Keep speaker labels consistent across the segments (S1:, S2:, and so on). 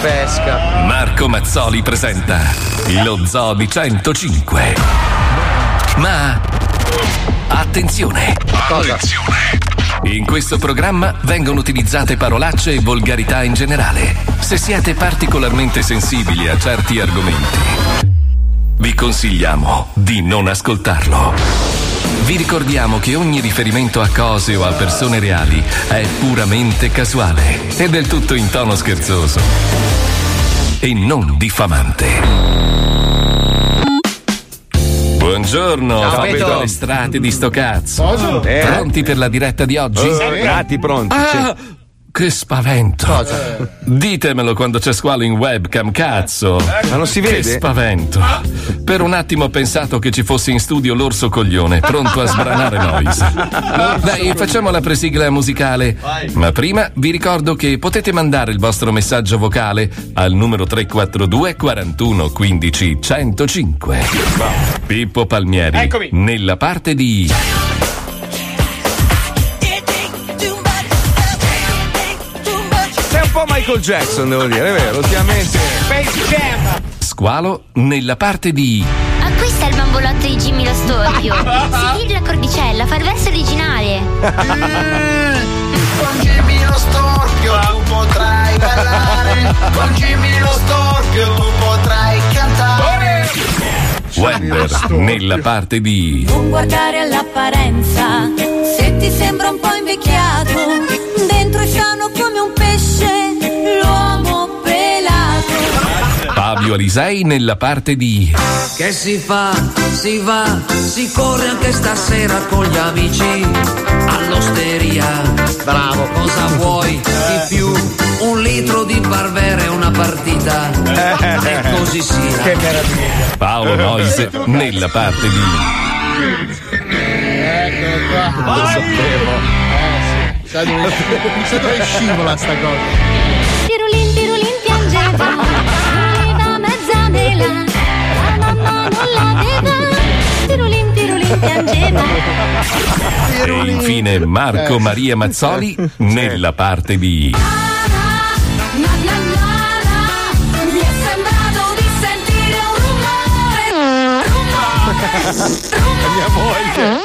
S1: pesca.
S2: Marco Mazzoli presenta lo Zoo di 105. Ma attenzione! Attenzione! In questo programma vengono utilizzate parolacce e volgarità in generale. Se siete particolarmente sensibili a certi argomenti, vi consigliamo di non ascoltarlo. Vi ricordiamo che ogni riferimento a cose o a persone reali è puramente casuale e del tutto in tono scherzoso e non diffamante. Buongiorno,
S3: Ciao,
S2: Fabio
S3: Beto.
S2: dalle strati di sto cazzo.
S3: Cosa?
S2: Eh. Pronti per la diretta di oggi?
S3: Eh, sì. Pronti, pronti,
S2: Ah, Che spavento. Ditemelo quando c'è squalo in webcam, cazzo.
S4: Eh, Ma non si vede?
S2: Che spavento. Per un attimo ho pensato che ci fosse in studio l'orso coglione, pronto a sbranare noise. Dai, facciamo la presigla musicale. Ma prima vi ricordo che potete mandare il vostro messaggio vocale al numero 342 41 15 105. Pippo Palmieri.
S5: Eccomi.
S2: Nella parte di.
S4: Sei un po' Michael Jackson, devo dire, è vero, ultimamente.
S2: Squalo nella parte di.
S6: Acquista il bambolotto di Jimmy lo storpio. Sigli la cordicella, fa il verso originale.
S7: Con Jimmy lo storpio tu potrai ballare, con Jimmy lo storpio tu potrai cantare.
S2: Wender nella parte di.
S8: Non guardare all'apparenza, se ti sembra un po' invecchiato, dentro è sano come un pesce, l'uomo pelato.
S2: Fabio Alisei nella parte di.
S9: Che si fa, si va, si corre anche stasera con gli amici all'osteria. Bravo. Cosa vuoi di più? Un litro di barbera e una partita. E così sia. Che meraviglia.
S4: Eh,
S2: Paolo Noise nella parte di.
S3: Ecco qua.
S2: Lo sapevo.
S3: Sa Eh, dove, sa dove scivola sta cosa?
S8: Pirulin, pirulin piangeva, aveva mezza mela, la mamma non l'aveva, pirulin, pirulin piangeva.
S2: E infine
S4: Eh.
S2: Marco Maria Mazzoli nella parte di.
S8: La la la la, mi è sembrato di sentire un rumore, rumore, rumore. mia moglie.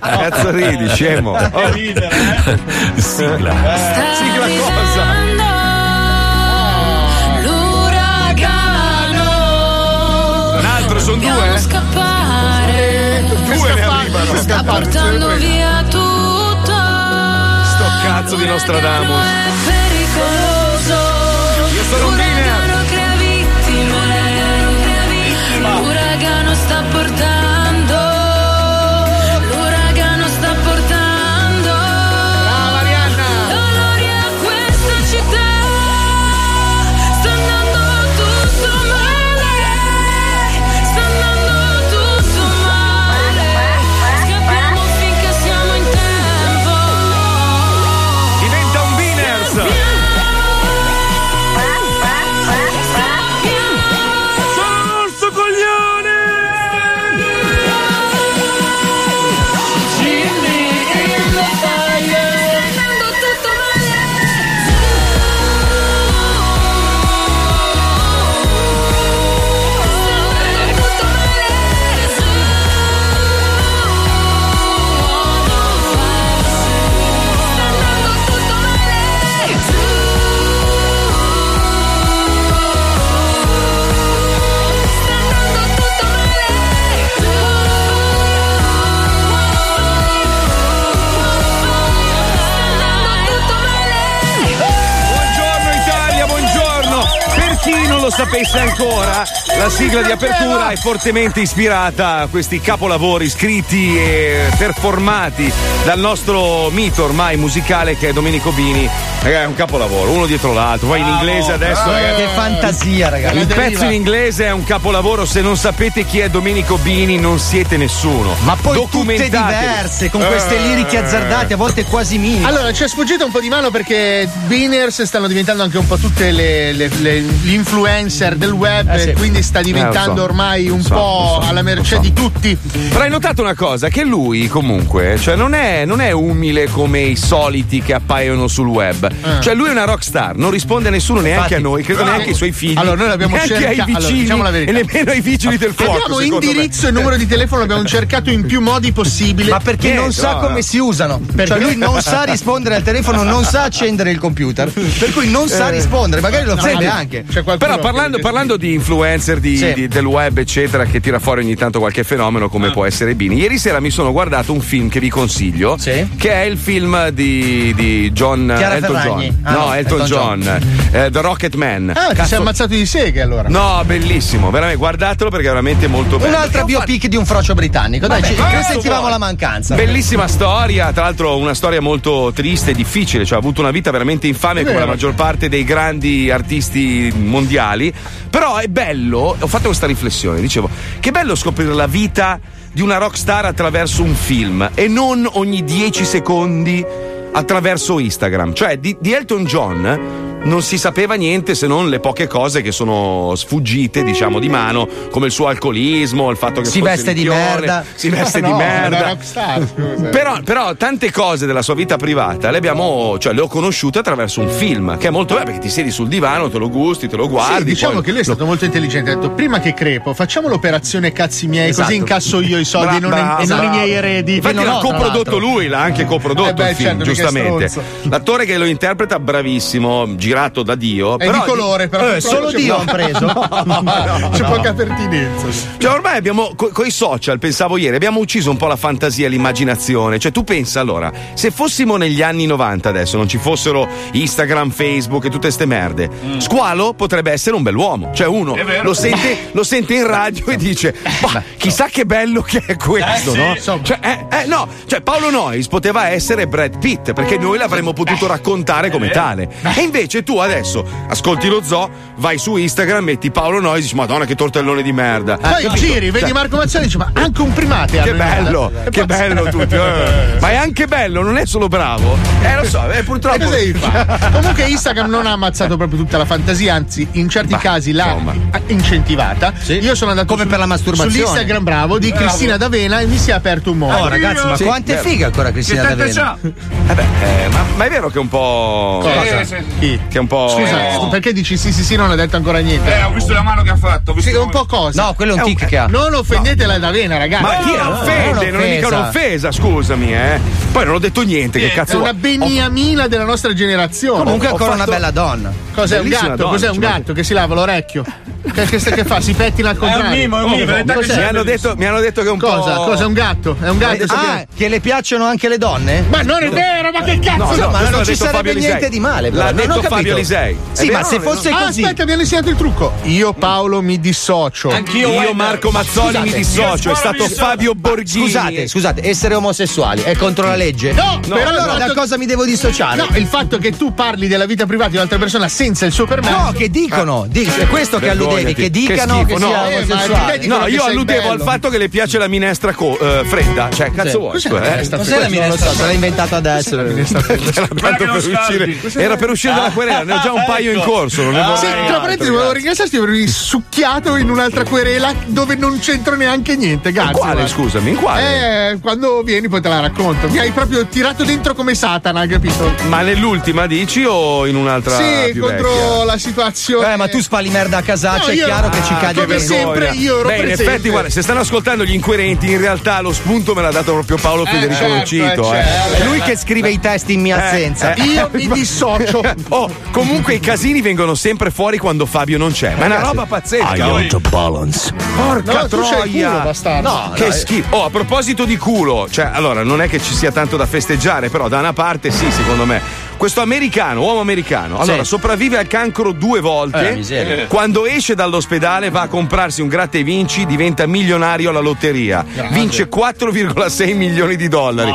S4: Cazzo ridi, scemo.
S8: Che
S3: eh.
S2: eh? Sigla.
S8: Sigla cosa? L'uragano.
S4: Un altro, son
S8: Dobbiamo
S4: due, eh?
S8: scappare.
S4: Due ne arrivano.
S8: Sta portando via tutto.
S4: Sto cazzo di Nostradamus.
S8: È pericoloso. Io sono un L'uragano crea vittime. L'uragano sta portando. L'uragano sta portando. Dolori a questa città. Sta andando tutto male. Sta andando tutto male. Scappiamo finché siamo in tempo.
S4: Diventa un winners.
S8: Sono orso coglione!
S4: Buongiorno Italia, buongiorno! Per chi non lo sapesse ancora, la sigla di apertura è fortemente ispirata a questi capolavori scritti e performati dal nostro mito ormai musicale che è Domenico Bini. Ragazzi, è un capolavoro, uno dietro l'altro, poi in inglese adesso. ragazzi.
S1: Eh, Che fantasia, ragazzi.
S4: Il pezzo in inglese è un capolavoro, se non sapete chi è Domenico Bini non siete nessuno.
S1: Ma poi tutte
S4: Documentatevi.
S1: diverse, con
S4: Eh.
S1: queste liriche azzardate, a volte quasi minime.
S3: Allora, ci è sfuggito un po' di mano perché Beaners stanno diventando anche un po' tutte le, le- le- gli influencer del web,
S4: Eh sì.
S3: quindi sta
S4: Eh, lo so.
S3: diventando ormai un
S4: Lo so,
S3: po'
S4: lo so,
S3: alla
S4: lo
S3: mercé
S4: so.
S3: di tutti.
S4: Cioè, Però hai notato una cosa, che lui comunque, cioè non è, non è umile come i soliti che appaiono sul web.
S3: Eh.
S4: Cioè lui è una rockstar, non risponde a nessuno, neanche a
S3: Infatti.
S4: noi, credo
S3: Allora,
S4: neanche ai suoi figli.
S3: allora, noi l'abbiamo
S4: neanche
S3: cerca-
S4: ai
S3: allora,
S4: vicini
S3: diciamo la verità.
S4: e nemmeno ai vigili del fuoco.
S3: abbiamo
S4: secondo me.
S3: indirizzo e numero di telefono, l'abbiamo cercato in più modi possibili.
S1: Ma perché non sa come si usano? Cioè lui non sa rispondere al telefono, non sa accendere il computer, per cui non
S4: Eh.
S1: sa rispondere, magari lo fa
S4: Senti,
S1: neanche.
S3: C'è qualcuno
S4: Però parlando,
S3: che-
S4: parlando di influencer di-
S1: Sì.
S4: di- del web, eccetera, che tira fuori ogni tanto qualche fenomeno
S1: Ah.
S4: come può essere Bini. Ieri sera mi sono guardato un film che vi consiglio,
S1: Sì.
S4: che è il film di, di John
S1: Chiara
S4: Elton
S1: Ferragni.
S4: John.
S1: Ah,
S4: no,
S1: no,
S4: Elton,
S1: Elton
S4: John,
S1: John.
S4: eh, The Rocket Man.
S3: Ah, ci
S4: Cazzo-
S3: sei ammazzato di seghe allora.
S4: No, bellissimo, veramente guardatelo perché è veramente molto bello.
S1: Un'altra biopic di un frocio britannico, dai, ci
S4: Vabbè,
S1: sentivamo
S4: vuoi.
S1: la mancanza.
S4: Bellissima storia, tra l'altro una storia molto triste e difficile, cioè ha avuto una vita veramente infame come la maggior parte dei grandi artisti mondiali, però è bello, ho fatto questa riflessione, dicevo, che bello scoprire la vita di una rockstar attraverso un film e non ogni 10 secondi attraverso Instagram, cioè di, di Elton John non si sapeva niente se non le poche cose che sono sfuggite diciamo di mano come il suo alcolismo, il fatto che
S1: Si
S4: fosse
S1: veste di
S4: nicchione,
S1: merda.
S4: si veste
S3: No,
S4: di
S3: Una
S4: merda
S3: rockstar, scusa.
S4: però, però tante cose della sua vita privata le abbiamo, cioè le ho conosciute attraverso un film, che è molto bello perché ti siedi sul divano, te lo gusti, te lo guardi.
S3: Sì, diciamo
S4: poi-
S3: che lui è stato molto intelligente. Ha detto: prima che crepo, facciamo l'operazione cazzi miei,
S4: Esatto.
S3: così incasso io i soldi e non,
S4: Bra-
S3: e non i
S4: bravo.
S3: miei eredi.
S4: Infatti
S3: Che non
S4: l'ha
S3: ho, tra
S4: coprodotto
S3: l'altro.
S4: lui, l'ha anche coprodotto
S3: Eh beh,
S4: il film,
S3: certo, mica è
S4: giustamente.
S3: stronzo.
S4: L'attore che lo interpreta, bravissimo, girato da Dio.
S3: È
S4: però
S3: di colore, cioè, però.
S1: Eh, solo
S3: c'è
S1: Dio
S3: poca-
S1: ha preso.
S3: C'è poca pertinenza.
S4: Cioè, ormai abbiamo, co- coi social, pensavo ieri, abbiamo ucciso un po' la fantasia e l'immaginazione. Cioè, tu pensa allora, se fossimo negli anni 90 adesso, non ci fossero Instagram, Facebook e tutte ste merde, Squalo potrebbe essere un bell'uomo. Cioè, uno lo sente, lo sente in radio e dice, ma chissà che bello che è questo, no? Cioè, eh, eh, no, cioè, Paolo Noyes poteva essere Brad Pitt, perché noi l'avremmo potuto raccontare come tale. E invece tu adesso ascolti lo zoo, vai su Instagram, metti Paolo Noyes, dici, madonna che tortellone di merda.
S1: Ah,
S3: Poi giri, vedi Marco Mazzoni e dici: Ma anche un primate
S4: Ah, Cioè- Che
S3: hanno in
S4: bello,
S3: casa."
S4: che bello tutti. eh. Ma è anche bello, non è solo bravo. Eh, lo so, eh,
S3: E
S4: purtroppo.
S3: cosa devi fare? Comunque Instagram non ha ammazzato proprio tutta la fantasia, anzi in certi
S4: Ma,
S3: casi l'ha
S4: insomma.
S3: incentivata. Io sono andato
S1: Come
S3: su-
S1: per la masturbazione.
S3: sull'Instagram bravo di Cristina D'Avena e mi si è aperto un mondo.
S1: Oh, ragazzi, ma
S4: Sì,
S1: quanto è
S4: vero.
S1: figa ancora Cristina D'Avena?
S4: Eh beh, eh, ma, ma è vero che è un po'.
S3: Cosa? Chi?
S4: Che è un
S1: Oh.
S4: po'. eh,
S3: Scusa,
S10: No.
S3: perché dici sì sì sì non ha detto ancora niente?
S10: Eh, ho visto la mano che ha fatto. ho visto
S3: Sì,
S10: la
S3: un
S10: mano-
S3: po' cosa?
S1: No, quello è un
S4: È un-
S1: tic che ha.
S3: Non offendete la D'Avena, ragazzi.
S4: Ma chi
S3: è?
S4: offende? Non è mica
S1: un'offesa.
S4: un'offesa, scusami, eh. Poi non ho detto niente, che cazzo.
S3: una beniamina della nostra generazione.
S1: Comunque è
S4: Ho
S1: ancora una
S4: fatto-
S1: bella donna.
S3: Cos'è un
S4: bellissima
S3: gatto?
S4: donna,
S3: Cos'è
S4: ci
S3: un
S4: manca.
S3: gatto che si lava l'orecchio? che, che, che fa? Si pettina al contrario.
S10: un mimo, in realtà
S3: Cos'è?
S4: Mi hanno, detto, mi hanno detto che è un
S3: Cosa?
S4: po'.
S3: Cosa è un gatto? È un gatto.
S1: Ah,
S3: sapete?
S1: che le piacciono anche le donne?
S3: Ma non è vero, ma che cazzo?
S4: No,
S1: Scusa,
S4: no,
S1: ma
S4: questo
S1: non
S4: l'ha
S1: ci
S4: detto
S1: sarebbe
S4: Fabio Lisei.
S1: niente di male, però.
S4: L'ha
S1: Non ho
S4: detto
S1: capito.
S4: Fabio Lisei. È
S1: Sì, ma
S4: vero,
S1: se
S4: no?
S1: fosse
S3: Ah,
S1: così. Mm.
S3: aspetta, mi hanno insegnato il trucco. Io Paolo mi dissocio.
S4: Io, Marco Mazzoli, mi dissocio. È stato Fabio Borghini.
S1: Scusate, scusate, essere omosessuali è contro la legge?
S3: No,
S1: però
S3: però
S1: allora
S3: il
S1: da
S3: fatto-
S1: cosa mi devo dissociare?
S3: No, il fatto che tu parli della vita privata di un'altra persona senza il suo permesso.
S1: No, che dicono, dic- è questo che
S4: Vergognati.
S1: alludevi,
S4: Ah. Che
S1: che dicano
S4: schifo,
S1: che, sia
S4: no.
S3: Eh, ma
S1: omosessuale.
S3: dai, dicono
S4: No,
S3: che
S4: io
S3: sei
S4: alludevo al
S3: bello.
S4: fatto che le piace la minestra co- eh, fredda. Cioè, cazzo vuoi?
S3: Cos'è
S4: scusa, eh?
S3: questa
S1: Cos'è la minestra? Non lo so, se l'ha inventato adesso.
S4: Era tanto per uscire, era per uscire dalla querela, ne ho già un paio in corso. Non ne
S3: Ah, ecco. Sì,
S4: Eh, vorrei
S3: tra
S4: altro,
S3: parentesi, volevo
S4: grazie.
S3: ringraziarti per avermi succhiato in un'altra querela dove non c'entro neanche niente. Grazie.
S4: Quale,
S3: guarda.
S4: scusami, in quale?
S3: Eh, quando vieni poi te la racconto. Mi hai proprio tirato dentro come Satana, hai capito?
S4: Ma nell'ultima dici o in un'altra?
S3: sì,
S4: più
S3: contro
S4: vecchia?
S3: la situazione.
S1: Eh, ma tu spali merda a casaccia,
S3: No,
S1: è
S3: io-
S1: chiaro che ci
S3: Ah,
S1: cadi a
S3: come
S1: vergogna.
S3: sempre. io ero
S4: Beh, in
S3: presente.
S4: effetti, guarda, se stanno ascoltando gli incoerenti, in realtà lo spunto me l'ha dato proprio Paolo Federico
S3: certo,
S4: Lucito.
S3: eh,
S4: eh.
S3: certo.
S1: È lui che scrive i testi in mia
S4: Eh,
S1: assenza.
S4: eh.
S3: Io mi dissocio.
S4: Oh, comunque i casini vengono sempre fuori quando Fabio non c'è. Ma è una roba pazzesca. Porca
S3: No, tu c'hai il
S4: troia!
S3: culo, bastardo.
S4: No, che schifo. Oh, a proposito di culo, cioè, allora, non è che ci sia tanto da festeggiare, però da una parte sì, secondo me. Questo americano, uomo americano, allora sopravvive al cancro due
S1: Eh, la
S4: volte.
S1: miseria.
S4: quando esce dall'ospedale va a comprarsi un gratta e vinci, diventa milionario alla lotteria. Vince 4,6 milioni di dollari.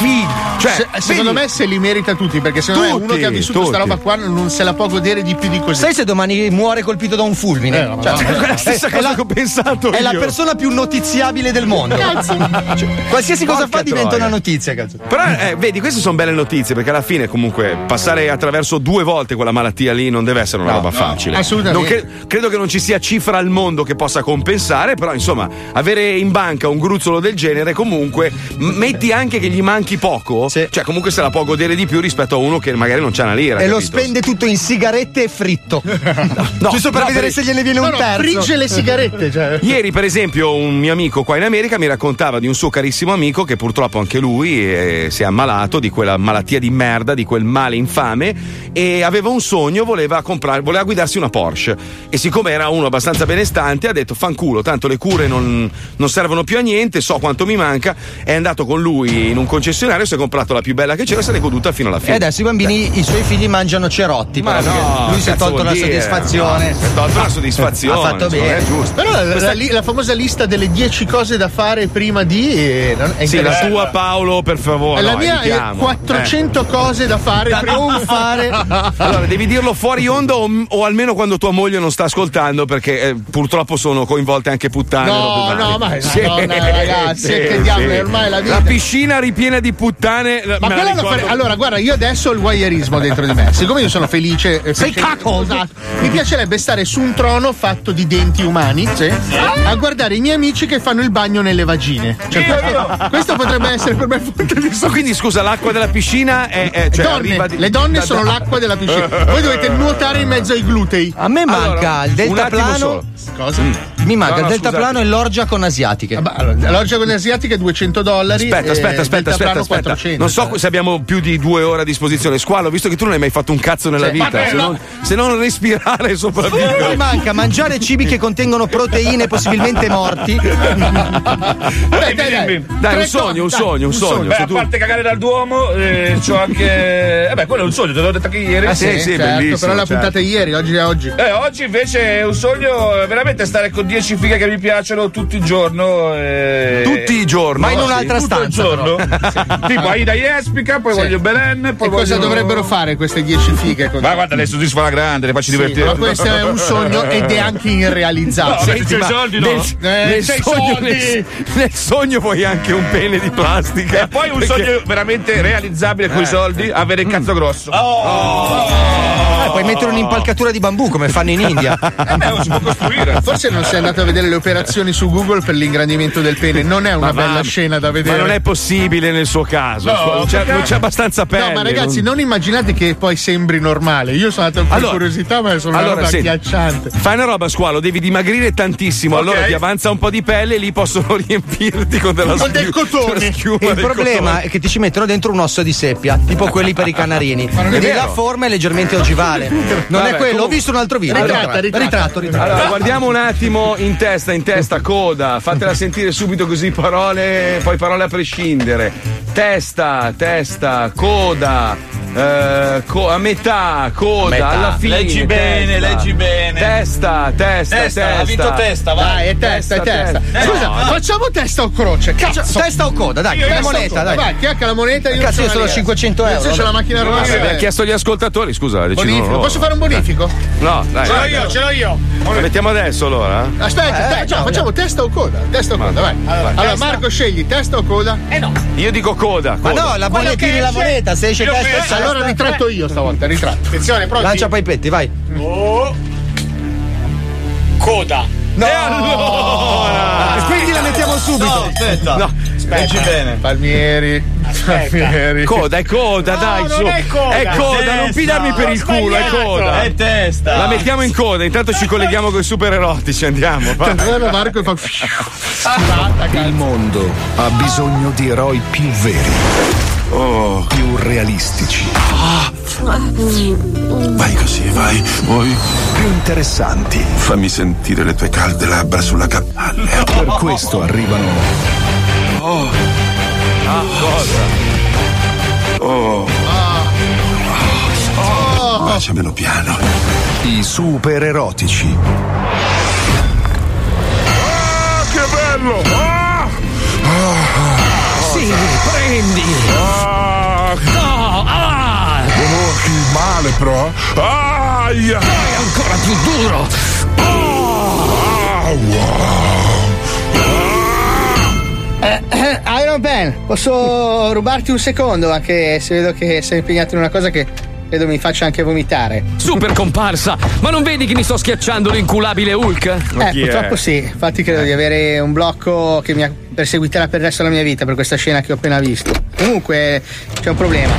S4: Fig- cioè,
S3: Se- secondo
S4: vedi-
S3: me se li merita tutti, perché secondo me uno
S4: Tutti,
S3: che ha vissuto questa
S4: tutti.
S3: roba qua non se la può godere di più di così.
S1: Sai se domani muore colpito da un fulmine?
S3: Eh, no,
S1: Cioè,
S3: no.
S4: È la stessa
S1: è- è
S4: cosa
S1: la-
S4: che ho pensato
S1: È la
S4: io.
S1: persona più notiziabile del mondo. Cioè, qualsiasi cosa
S4: Porca
S1: fa diventa
S4: troia.
S1: una notizia, cazzo.
S4: Però eh, vedi, queste sono belle notizie perché alla fine comunque comunque passare attraverso due volte quella malattia lì non deve essere una roba facile.
S3: assolutamente.
S4: Non cre- credo che non ci sia cifra al mondo che possa compensare, però insomma, avere in banca un gruzzolo del genere comunque, m- metti anche che gli manchi poco, cioè comunque se la può godere di più rispetto a uno che magari non c'ha una lira.
S1: E lo
S4: capito?
S1: spende tutto in sigarette e fritto. Giusto per
S4: no,
S1: vedere
S4: per-
S1: se gliene viene
S3: No,
S1: un
S3: no,
S1: terzo.
S3: frigge le sigarette. Cioè.
S4: Ieri, per esempio, un mio amico qua in America mi raccontava di un suo carissimo amico che purtroppo anche lui eh, si è ammalato di quella malattia di merda, di quel male infame e aveva un sogno, voleva comprare, voleva guidarsi una Porsche e siccome era uno abbastanza benestante ha detto fanculo, tanto le cure non, non servono più a niente, so quanto mi manca, è andato con lui in un concessionario, si è comprato la più bella che c'era e se l'è goduta fino alla
S1: E
S4: fine.
S1: adesso i bambini, i suoi figli mangiano cerotti.
S4: Ma
S1: però,
S4: no,
S1: perché Eh, lui si è
S4: cazzo
S1: tolto
S4: vuol
S1: la
S4: dire?
S1: soddisfazione.
S4: No, si è tolto la soddisfazione.
S1: Ha fatto
S4: insomma,
S1: bene.
S4: è giusto.
S3: Però la,
S4: Questa-
S3: la li- la famosa lista delle 10 cose da fare prima di. eh, non- è
S4: Sì, la
S3: interessante.
S4: tua Paolo, per favore.
S3: la
S4: Oh, no,
S3: mia è
S4: evitiamo.
S3: 400 cose da fare prima
S1: Non fare.
S4: Eh. Allora, devi dirlo fuori onda o, o almeno quando tua moglie non sta ascoltando, perché eh, purtroppo sono coinvolte anche puttane.
S3: No,
S4: robe varie.
S3: no, ma
S4: Sì,
S3: madonna, ragazzi,
S4: sì,
S3: che diavolo,
S4: sì.
S3: è ormai la vita.
S4: La piscina ripiena di puttane.
S3: Ma
S4: me la
S3: quello lo
S4: ricordo-
S3: fare... Allora, guarda, io adesso ho il voyeurismo dentro di me. Siccome io sono felice. eh,
S1: Sei
S3: felice-
S4: oh,
S1: caco!
S3: Esatto. Mi piacerebbe stare su un trono fatto di denti umani a guardare i miei amici che fanno il bagno nelle vagine. Cioè, questo, questo potrebbe essere per me fonte di
S4: So, Quindi scusa, l'acqua della piscina è. è- cioè,
S3: Donne,
S4: arriva di-
S3: le donne
S4: da-
S3: sono
S4: da-
S3: l'acqua della piscina. Voi dovete nuotare in mezzo ai glutei.
S1: A me
S4: Allora,
S1: manca il
S4: un attimo
S1: deltaplano.
S4: solo. Mm.
S3: Cosa?
S1: Mi manca
S4: No, no,
S1: il deltaplano
S4: scusate. Ah,
S1: e l'orgia con asiatiche.
S3: Vabbè, allora, L'orgia con le asiatiche è 200 dollari.
S4: Aspetta,
S3: e
S4: aspetta, aspetta,
S3: Deltaplano
S4: aspetta, aspetta.
S3: 400.
S4: Non so se abbiamo più di due ore a disposizione. Squalo, visto che tu non hai mai fatto un cazzo nella
S3: Sì.
S4: vita,
S3: Vabbè,
S4: se,
S3: no.
S4: non, se non respirare sopra
S1: Mi manca mangiare cibi che contengono proteine possibilmente morti.
S3: Dai, dai, dai.
S4: Dai,
S3: Tre
S4: un sogno, un
S3: cose,
S4: sogno, un
S3: dai,
S4: sogno.
S10: Beh,
S4: Se
S10: a
S4: tu-
S10: parte cagare dal Duomo, eh, c'ho anche. Eh beh, quello è un sogno, te l'ho detto anche ieri.
S4: Ah, sì, sì,
S3: certo,
S4: bellissimo,
S3: Però la
S4: certo.
S3: puntata è ieri, oggi è oggi.
S10: Eh, oggi invece è un sogno eh, veramente stare con 10 fighe che mi piacciono tutto il giorno. eh,
S4: Tutti i oh, giorni.
S1: Ma in
S4: no?
S1: un'altra
S10: tutto il
S1: stanza.
S10: giorno. tipo Aida Jespica, poi
S3: Sì.
S10: voglio Belen, poi
S3: E
S10: voglio.
S3: cosa dovrebbero fare queste 10 fighe? Con...
S10: Ma guarda, le soddisfa la grande, le faccio
S3: Sì,
S10: divertire.
S3: però questo è un sogno ed è anche
S10: No,
S3: irrealizzabile.
S10: beh, c'è i soldi, no?
S4: Nel,
S3: Eh,
S4: nel
S3: c'è i
S4: sogno,
S3: soldi!
S4: nel- nel sogno vuoi anche un pene di plastica.
S10: E poi un
S4: Perché-
S10: sogno veramente realizzabile
S3: Eh.
S10: con i soldi, avere
S3: Mm.
S10: il cazzo grosso.
S4: Oh,
S1: Eh, puoi mettere un'impalcatura di bambù come fanno in India.
S10: Eh, beh, non si può costruire.
S3: Forse non sei andato a vedere le operazioni su Google per l'ingrandimento del pene. Non è una
S4: ma-
S3: bella scena da
S4: Ma
S3: vedere.
S4: non è possibile nel suo caso.
S10: No,
S4: non, c'è,
S10: perché-
S4: non c'è abbastanza pelle.
S3: No, ma ragazzi,
S4: non-
S3: non immaginate che poi sembri normale. Io sono andato per
S4: Allora-
S3: curiosità, ma sono una
S4: allora,
S3: roba
S4: senti.
S3: agghiacciante.
S4: Fai una roba squalo, devi dimagrire tantissimo,
S10: Ok.
S4: allora ti avanza un po' di pelle e lì possono riempirti con della
S3: Con del
S4: schiu-
S3: cotone.
S4: della schiuma
S1: E il
S4: del
S1: problema
S4: cotone. Eh,
S1: è che ti ci mettono dentro un osso di seppia, tipo quelli per i canarini. Quindi la forma è leggermente ogivale. Non
S4: Vabbè,
S1: è quello, ho
S4: comunque-
S1: visto un altro video.
S3: Ritratta,
S1: Allora,
S3: ritratta.
S1: ritratto, ritratto.
S4: Allora, guardiamo un attimo in testa, in testa, coda, fatela sentire subito così parole, poi parole a prescindere. Testa, testa, coda, eh, co- a metà, coda, alla fine.
S8: Leggi bene, leggi bene.
S4: Testa, testa, testa.
S8: Testa, ha vinto testa, vai.
S3: Dai, è testa, è
S4: Testa, Eh,
S3: testa. Scusa, facciamo testa o croce? Cazzo,
S1: Cioè, Testa o coda, dai, la
S3: testa o
S1: moneta,
S3: coda?
S1: dai.
S3: Vai, chiacca la moneta. Io
S1: Cazzo, io
S3: sono
S1: sono
S3: lì.
S1: 500
S3: Io
S1: euro.
S3: c'ho la macchina rossa.
S4: Abbiamo
S3: eh.
S4: chiesto agli ascoltatori, scusa, decidono
S3: Bonifico.
S4: loro.
S3: Posso fare un bonifico?
S4: No, dai.
S10: Ce l'ho
S4: dai,
S10: io, ce l'ho io.
S4: La mettiamo adesso allora?
S3: Aspetta, aspetta, facciamo, facciamo testa o coda? Testa o coda, vai. Allora, Marco, scegli testa o coda?
S4: Io dico coda.
S1: Ma
S4: coda.
S1: no, la bollettini la moneta, se esce testa, testa,
S3: allora ritratto io stavolta, ritratto. Attenzione, pronti?
S1: lancia poi i petti, vai.
S4: E allora!
S1: Quindi la mettiamo subito.
S8: Aspetta.
S4: No.
S8: Leggi bene.
S3: Palmieri. Palmieri.
S4: Coda, ecco. è coda, dai, su. È coda, non
S8: Testa.
S4: pidarmi per il culo, è coda.
S8: È testa.
S4: La mettiamo in coda, intanto ci colleghiamo con i super erotici, andiamo. va.
S3: Allora Marco fa.
S11: Il mondo ha bisogno di eroi più veri,
S8: Oh.
S11: più realistici.
S8: Vai così, vai. Vuoi?
S11: più interessanti.
S8: Fammi sentire le tue calde labbra sulla cappella.
S11: Per questo arrivano
S8: Oh.
S12: Ah,
S8: Oh. Baciamelo Oh. piano.
S11: i super erotici.
S8: ah.
S11: Ah.
S13: eh?
S3: Iron
S7: Eh, Iron Man, posso rubarti un secondo? Anche se vedo che sei impegnato in una cosa che credo mi faccia anche vomitare.
S9: Super comparsa! Ma non vedi che mi sto schiacciando l'inculabile Hulk?
S7: eh, purtroppo sì. Infatti, credo di avere un blocco che mi perseguiterà per il resto della mia vita per questa scena che ho appena visto. Comunque, c'è un problema.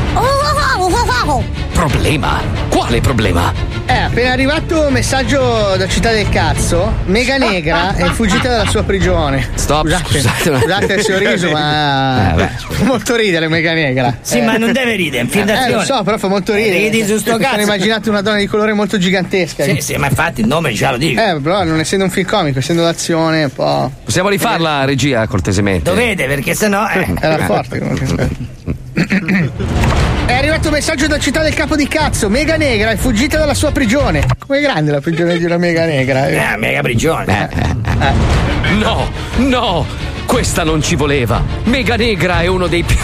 S9: Problema? Quale problema?
S7: Eh, appena arrivato un messaggio da Città del Cazzo, Mega Negra è fuggita dalla sua prigione.
S9: Stop, scusate un attimo.
S7: Scusate se ho riso, ma.
S9: Eh, beh,
S7: fa molto ridere Mega Negra.
S8: Sì, ma non deve ridere, è un film
S7: Eh,
S8: d'azione.
S7: lo so, però fa molto ridere. Cioè,
S8: Ridi su sto
S7: Mi
S8: cazzo.
S7: Sono immaginato una donna di colore molto gigantesca.
S8: Sì, sì, ma infatti il nome già lo dico.
S7: Eh, però non essendo un film comico, essendo d'azione, un po'.
S9: Possiamo rifarla, regia, cortesemente?
S8: Dovete, perché sennò. Eh.
S7: Era forte comunque. È arrivato un messaggio da città del capo di cazzo. Mega Negra è fuggita dalla sua prigione. Com'è grande la prigione di una Mega Negra?
S8: Eh, mega prigione.
S9: No, no, questa non ci voleva. Mega Negra è uno dei più.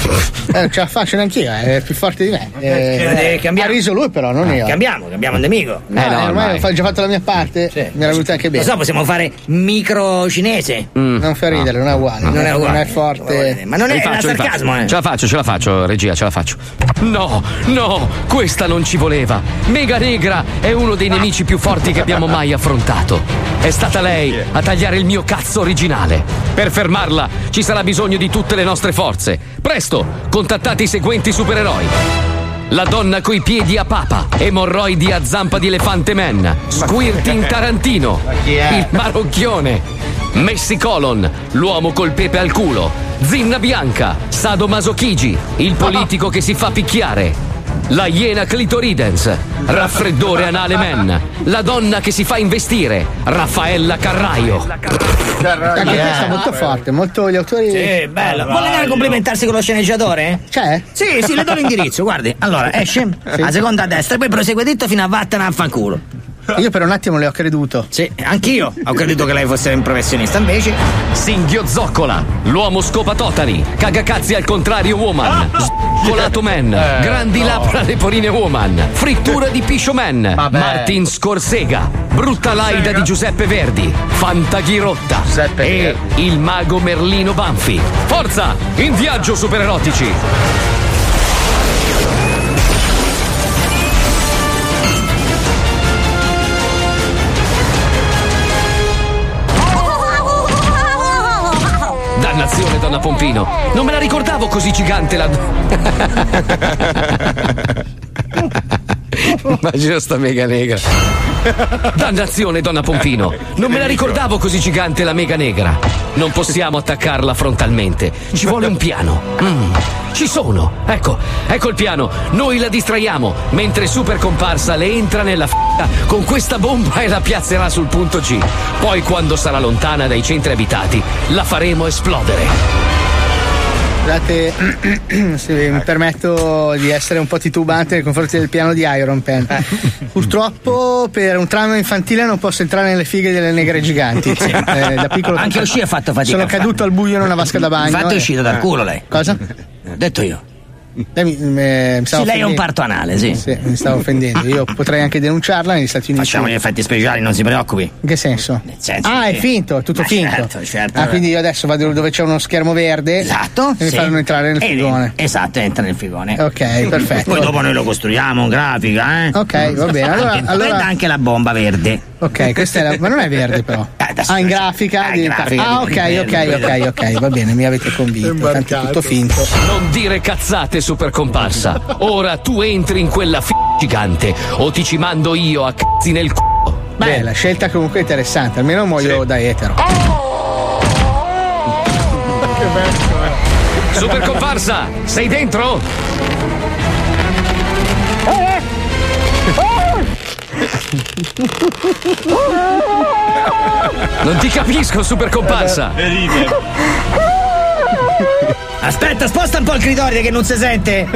S7: Eh, non ce la faccio neanch'io, eh, è più forte di me. Eh, ha riso lui, però, non io.
S8: Ah, Cambiamo, cambiamo il nemico.
S7: Eh,
S9: Eh,
S7: No, ormai, ho già fatto la mia parte. Mi era venuta anche
S8: Lo
S7: bene. Mm.
S8: so, possiamo fare micro cinese.
S7: Non fa ridere, non è uguale.
S8: Non è uguale.
S7: Non è forte.
S8: Ma non è
S9: Rifaccio,
S8: era
S9: rifaccio.
S8: sarcasmo, eh.
S9: Ce la faccio, ce la faccio, regia, ce la faccio. No, no, questa non ci voleva. Mega Negra è uno dei nemici più forti che abbiamo mai affrontato. È stata lei a tagliare il mio cazzo originale. Per fermarla ci sarà bisogno di tutte le nostre forze. Presto, contattate i seguenti supereroi. La donna coi piedi a papa, emorroidi a zampa di elefante man, Squirting Tarantino, il marocchione, Messi Colon, l'uomo col pepe al culo, Zinna Bianca, Sado Masochigi, il politico che si fa picchiare, la iena clitoridens, raffreddore anale man, la donna che si fa investire, Raffaella Carraio.
S7: Anche questa è molto forte, molto gli autori.
S8: Sì, bello. Vuole andare a complimentarsi con lo sceneggiatore?
S7: C'è?
S8: Sì, sì, le do l'indirizzo, guardi. Allora, esce,
S7: Sì.
S8: a seconda a destra, poi prosegue dritto fino a vattene a fanculo.
S7: Io per un attimo le ho creduto.
S8: Sì, anch'io ho creduto che lei fosse un professionista, invece.
S9: Singhio Zoccola, l'uomo scopatotani, cagacazzi al contrario woman, Colato man,
S8: Ah, Eh,
S9: grandi
S8: no.
S9: labbra leporine woman, frittura di piscio man, Martin Scorsega, brutta laida di Giuseppe Verdi, Fantaghirotta e il mago Merlino Banfi. Forza, in viaggio supererotici! Dannazione, donna Pompino! Non me la ricordavo così gigante la. Immagino sta mega negra. Dannazione, donna Pompino! Non me la ricordavo così gigante la mega negra. Non possiamo attaccarla frontalmente. Ci vuole un piano. Mm,
S8: 嗯
S9: Ci sono! Ecco, ecco il piano. Noi la distraiamo, mentre Super Comparsa le entra nella f***a con questa bomba e la piazzerà sul punto G. Poi, quando sarà lontana dai centri abitati, la faremo esplodere.
S7: Scusate, se
S8: Ecco.
S7: mi permetto di essere un po' titubante nei confronti del piano di Iron Man.
S8: Eh.
S7: Purtroppo per un trauma infantile non posso entrare nelle fighe delle negre giganti.
S8: Sì.
S7: Eh, da piccolo
S8: Anche Usci ha fatto fatica
S7: Sono
S8: a farlo.
S7: caduto al buio in una vasca da bagno.
S8: Infatti è
S7: e-
S8: uscito dal culo lei.
S7: Cosa?
S8: Ho detto io.
S7: Lei mi, mi- mi stava
S8: Sì, lei è un
S7: offendendo.
S8: parto anale, sì.
S7: mi stavo offendendo. Io potrei anche denunciarla negli Stati Uniti.
S8: Facciamo gli effetti speciali, non si preoccupi.
S7: In che senso?
S8: senso
S7: ah,
S8: che-
S7: è finto, è tutto
S8: Ma
S7: finto.
S8: certo, certo.
S7: Ah, quindi io adesso vado dove c'è uno schermo verde
S8: Esatto.
S7: e mi
S8: sì.
S7: fanno entrare nel
S8: E-
S7: figone.
S8: Esatto, entra nel figone.
S7: Ok, perfetto.
S8: Poi dopo noi lo costruiamo, un grafico, eh.
S7: Ok, va bene. Allora-
S8: Prenda
S7: allora-
S8: anche la bomba verde.
S7: Ok, questa è la. Ma non è verde, però. Ah, in grafica. diventa-
S8: grafica,
S7: Ah, ok,
S8: bello,
S7: ok, ok, ok, va bene, mi avete convinto. Tanto è tutto finto.
S9: Non dire cazzate, super comparsa. Ora tu entri in quella f gigante o ti ci mando io a cazzi nel culo.
S7: Beh, la scelta comunque è interessante, almeno muoio da etero.
S9: Super comparsa, sei dentro? Non ti capisco, super comparsa.
S8: Aspetta, sposta un po' il clitoride che non si sente.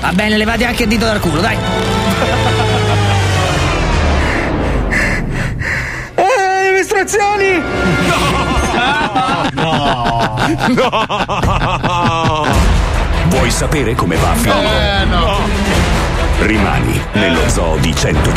S8: Va bene, levate anche il dito dal culo, dai.
S14: Eh, le istruzioni!
S2: No! no! Vuoi sapere come va a
S3: Eh,
S2: finire? Rimani nello zoo di 105.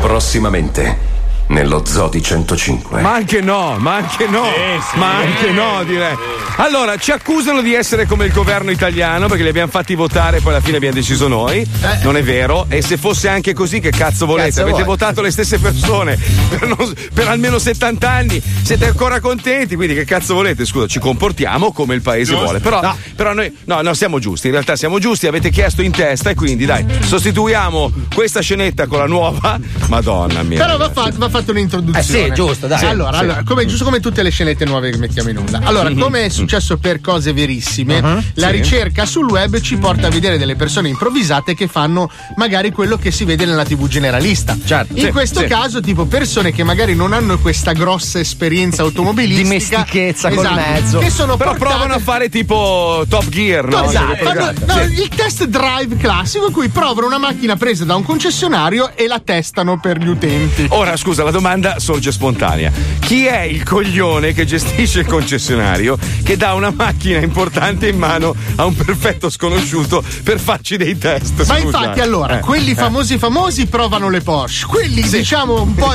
S2: Prossimamente, nello Zoo di 105.
S4: Ma anche no, ma anche no, ma anche no direi. Allora, ci accusano di essere come il governo italiano perché li abbiamo fatti votare e poi alla fine abbiamo deciso noi. Non è vero. E se fosse anche così, che cazzo volete?
S15: Eh. Cazzo
S4: Avete
S15: vuoi.
S4: votato le stesse persone per, non- per almeno 70 anni. Siete ancora contenti? Quindi che cazzo volete? Scusa, ci comportiamo come il paese
S15: Giusto.
S4: vuole. Però,
S15: No.
S4: però noi, no, no, siamo giusti. In realtà siamo giusti. Avete chiesto in testa e quindi dai, sostituiamo questa scenetta con la nuova. Madonna mia.
S3: Però va, fa- va fatta un'introduzione.
S4: Eh sì, giusto, dai. Sì,
S3: allora,
S4: sì.
S3: allora, come, giusto come tutte le scenette nuove che mettiamo in onda. Allora,
S4: Mhm.
S3: come è successo per cose verissime, la
S4: sì.
S3: ricerca sul web ci porta a vedere delle persone improvvisate che fanno magari quello che si vede nella TV generalista.
S4: Certo,
S3: In
S15: sì,
S3: questo
S15: sì.
S3: caso, tipo persone che magari non hanno questa grossa esperienza automobilistica. Dimestichezza
S4: col mezzo.
S3: Esatto. Che sono
S4: Però
S3: portate-
S4: provano a fare tipo Top Gear, no?
S3: Esatto,
S4: Quelle
S3: fanno-
S4: cose là.
S3: no,
S4: Sì.
S3: il test drive classico in cui provano una macchina presa da un concessionario e la testano per gli utenti.
S4: Ora, scusa, la domanda sorge spontanea. Chi è il coglione che gestisce il concessionario che dà una macchina importante in mano a un perfetto sconosciuto per farci dei test?
S3: Ma
S4: scusa?
S3: infatti allora,
S4: Eh,
S3: quelli
S4: eh.
S3: famosi famosi provano le Porsche, quelli diciamo un po'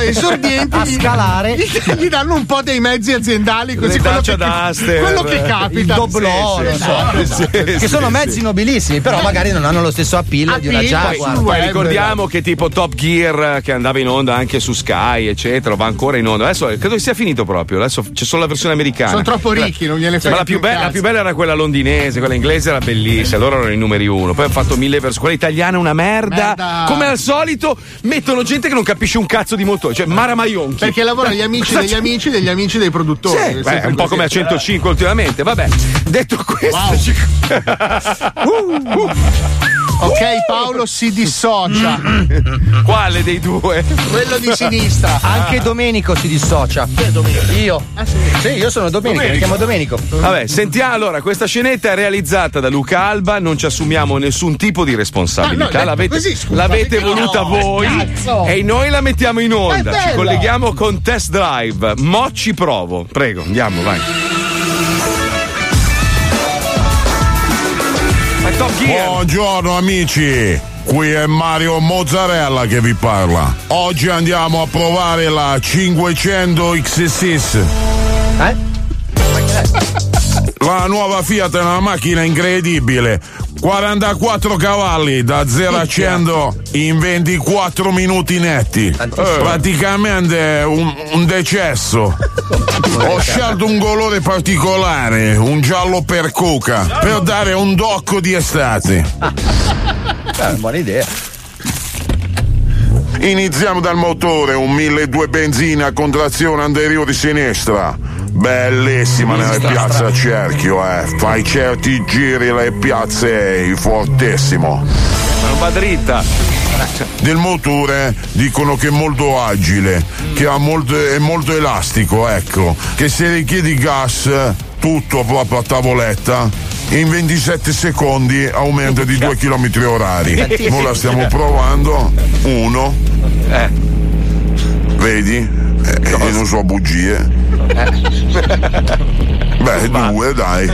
S3: esordienti
S1: A
S3: gli-
S1: scalare.
S3: gli, gli danno un po' dei mezzi aziendali così
S4: Le
S3: quello
S4: Dacia
S3: che,
S4: Duster,
S3: quello che
S4: eh,
S3: capita.
S1: il doblò,
S3: Sì,
S1: non
S3: sì,
S1: so.
S3: esatto, esatto.
S1: che
S4: sì,
S1: sono
S4: sì.
S1: mezzi nobilissimi, però magari non hanno lo stesso appeal di una Eh,
S4: Poi-
S1: Jaguar.
S4: Poi,
S3: eh.
S4: ricordiamo che tipo Top Gear eh, che andava in onda anche su Sky, eccetera, va ancora in onda. Adesso eh, credo che sia finito proprio. Adesso c'è solo la versione americana.
S3: Sono troppo ricchi, non gliene frega
S4: Ma la più,
S3: Cioè, più
S4: bella,
S3: cazzo.
S4: la più bella era quella londinese, quella inglese era bellissima, loro erano i numeri uno. Poi hanno fatto mille versioni. Quella italiana è una merda.
S3: Merda.
S4: Come al solito, mettono gente che non capisce un cazzo di motore, cioè Mara Maionchi.
S3: Perché lavorano gli amici
S4: Cosa
S3: degli
S4: c'è?
S3: amici degli amici dei produttori.
S4: Sì,
S3: È
S4: beh,
S3: sempre
S4: un po'
S3: così.
S4: come a 105 ultimamente. Vabbè, detto questo, ci- Uh, uh.
S3: Ok, Paolo si dissocia.
S4: quale dei due? Ah.
S3: Quello di sinistra.
S1: Anche Domenico si dissocia. Io. Sì, io sono Domenico, mi chiamo Domenico.
S4: Vabbè, sentiamo allora, questa scenetta è realizzata da Luca Alba, non ci assumiamo nessun tipo di
S15: Ah, no,
S4: responsabilità,
S15: dai,
S4: l'avete,
S15: così, scusa,
S4: l'avete
S15: perché-
S4: voluta
S15: no,
S4: voi
S15: cazzo.
S4: e noi la mettiamo in onda,
S15: È
S4: ci
S15: bello.
S4: colleghiamo con Test Drive, mo ci provo, prego, andiamo, vai.
S13: Buongiorno amici, qui è Mario Mozzarella che vi parla. Oggi andiamo a provare la 500 XSS. La nuova Fiat è una macchina incredibile. 44 cavalli da 0 a 100 in 24 minuti netti. Praticamente un, un decesso. Ho scelto un colore particolare, un giallo per coca, per dare un docco di estate.
S1: Ah, buona idea.
S13: Iniziamo dal motore, un 1200 benzina con trazione anteriore sinistra. Bellissima nella piazza a cerchio, eh. Fai certi giri le piazze, eh, fortissimo.
S4: Non va dritta.
S13: Del motore dicono che è molto agile, che ha molto- è molto elastico, ecco. Che se richiedi gas, tutto proprio a tavoletta, in 27 secondi aumenta di 2 km orari. Ora la stiamo provando. Uno. Vedi? Eh, io non so bugie. Beh, due, dai.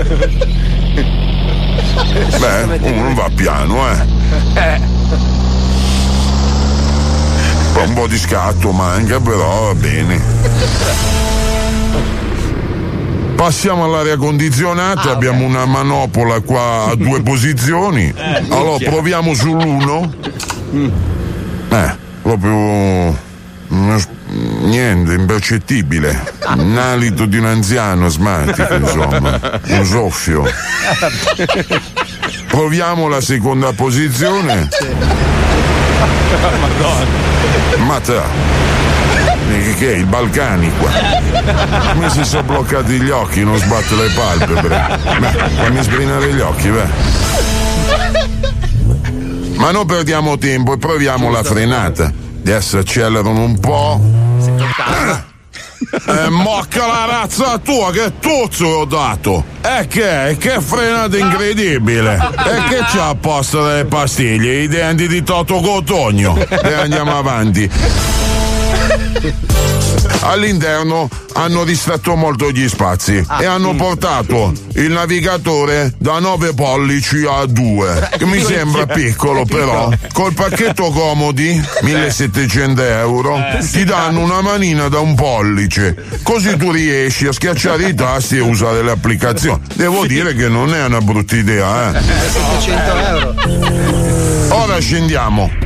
S13: Beh, uno non va piano, eh. Fa Un po' di scatto manca, però va bene. Passiamo all'aria condizionata, abbiamo una manopola qua a due posizioni. allora
S15: minchia.
S13: proviamo sull'uno. Eh, proprio. mm, Niente, impercettibile. Un alito di un anziano asmatico, insomma. Un soffio. Proviamo la seconda posizione. Ma te, che, che è il Balcani qua? Mi si sono bloccati gli occhi, non sbatto le palpebre. Beh, fammi sbrinare gli occhi, beh.
S2: Eh.
S13: Ma non perdiamo tempo e proviamo la frenata. Adesso accelerano un po'. Eh, mocca la razza tua, che tozzo che ho dato! E che è? Che frenata incredibile! E che c'ha apposta delle pastiglie? I denti di Toto Cotogno! E andiamo avanti. All'interno hanno ristretto molto gli spazi
S8: Ah.
S13: e hanno
S8: Mm.
S13: portato il navigatore da 9 pollici a 2,
S11: Eh,
S13: che Eh, mi sembra piccolo Eh. però. Col pacchetto comodi,
S11: Eh.
S13: 1700 euro, ti danno una manina da un pollice, così tu riesci a schiacciare i tasti e usare le applicazioni. Devo dire che non è una brutta idea, eh.
S1: 700 euro.
S13: Ora scendiamo.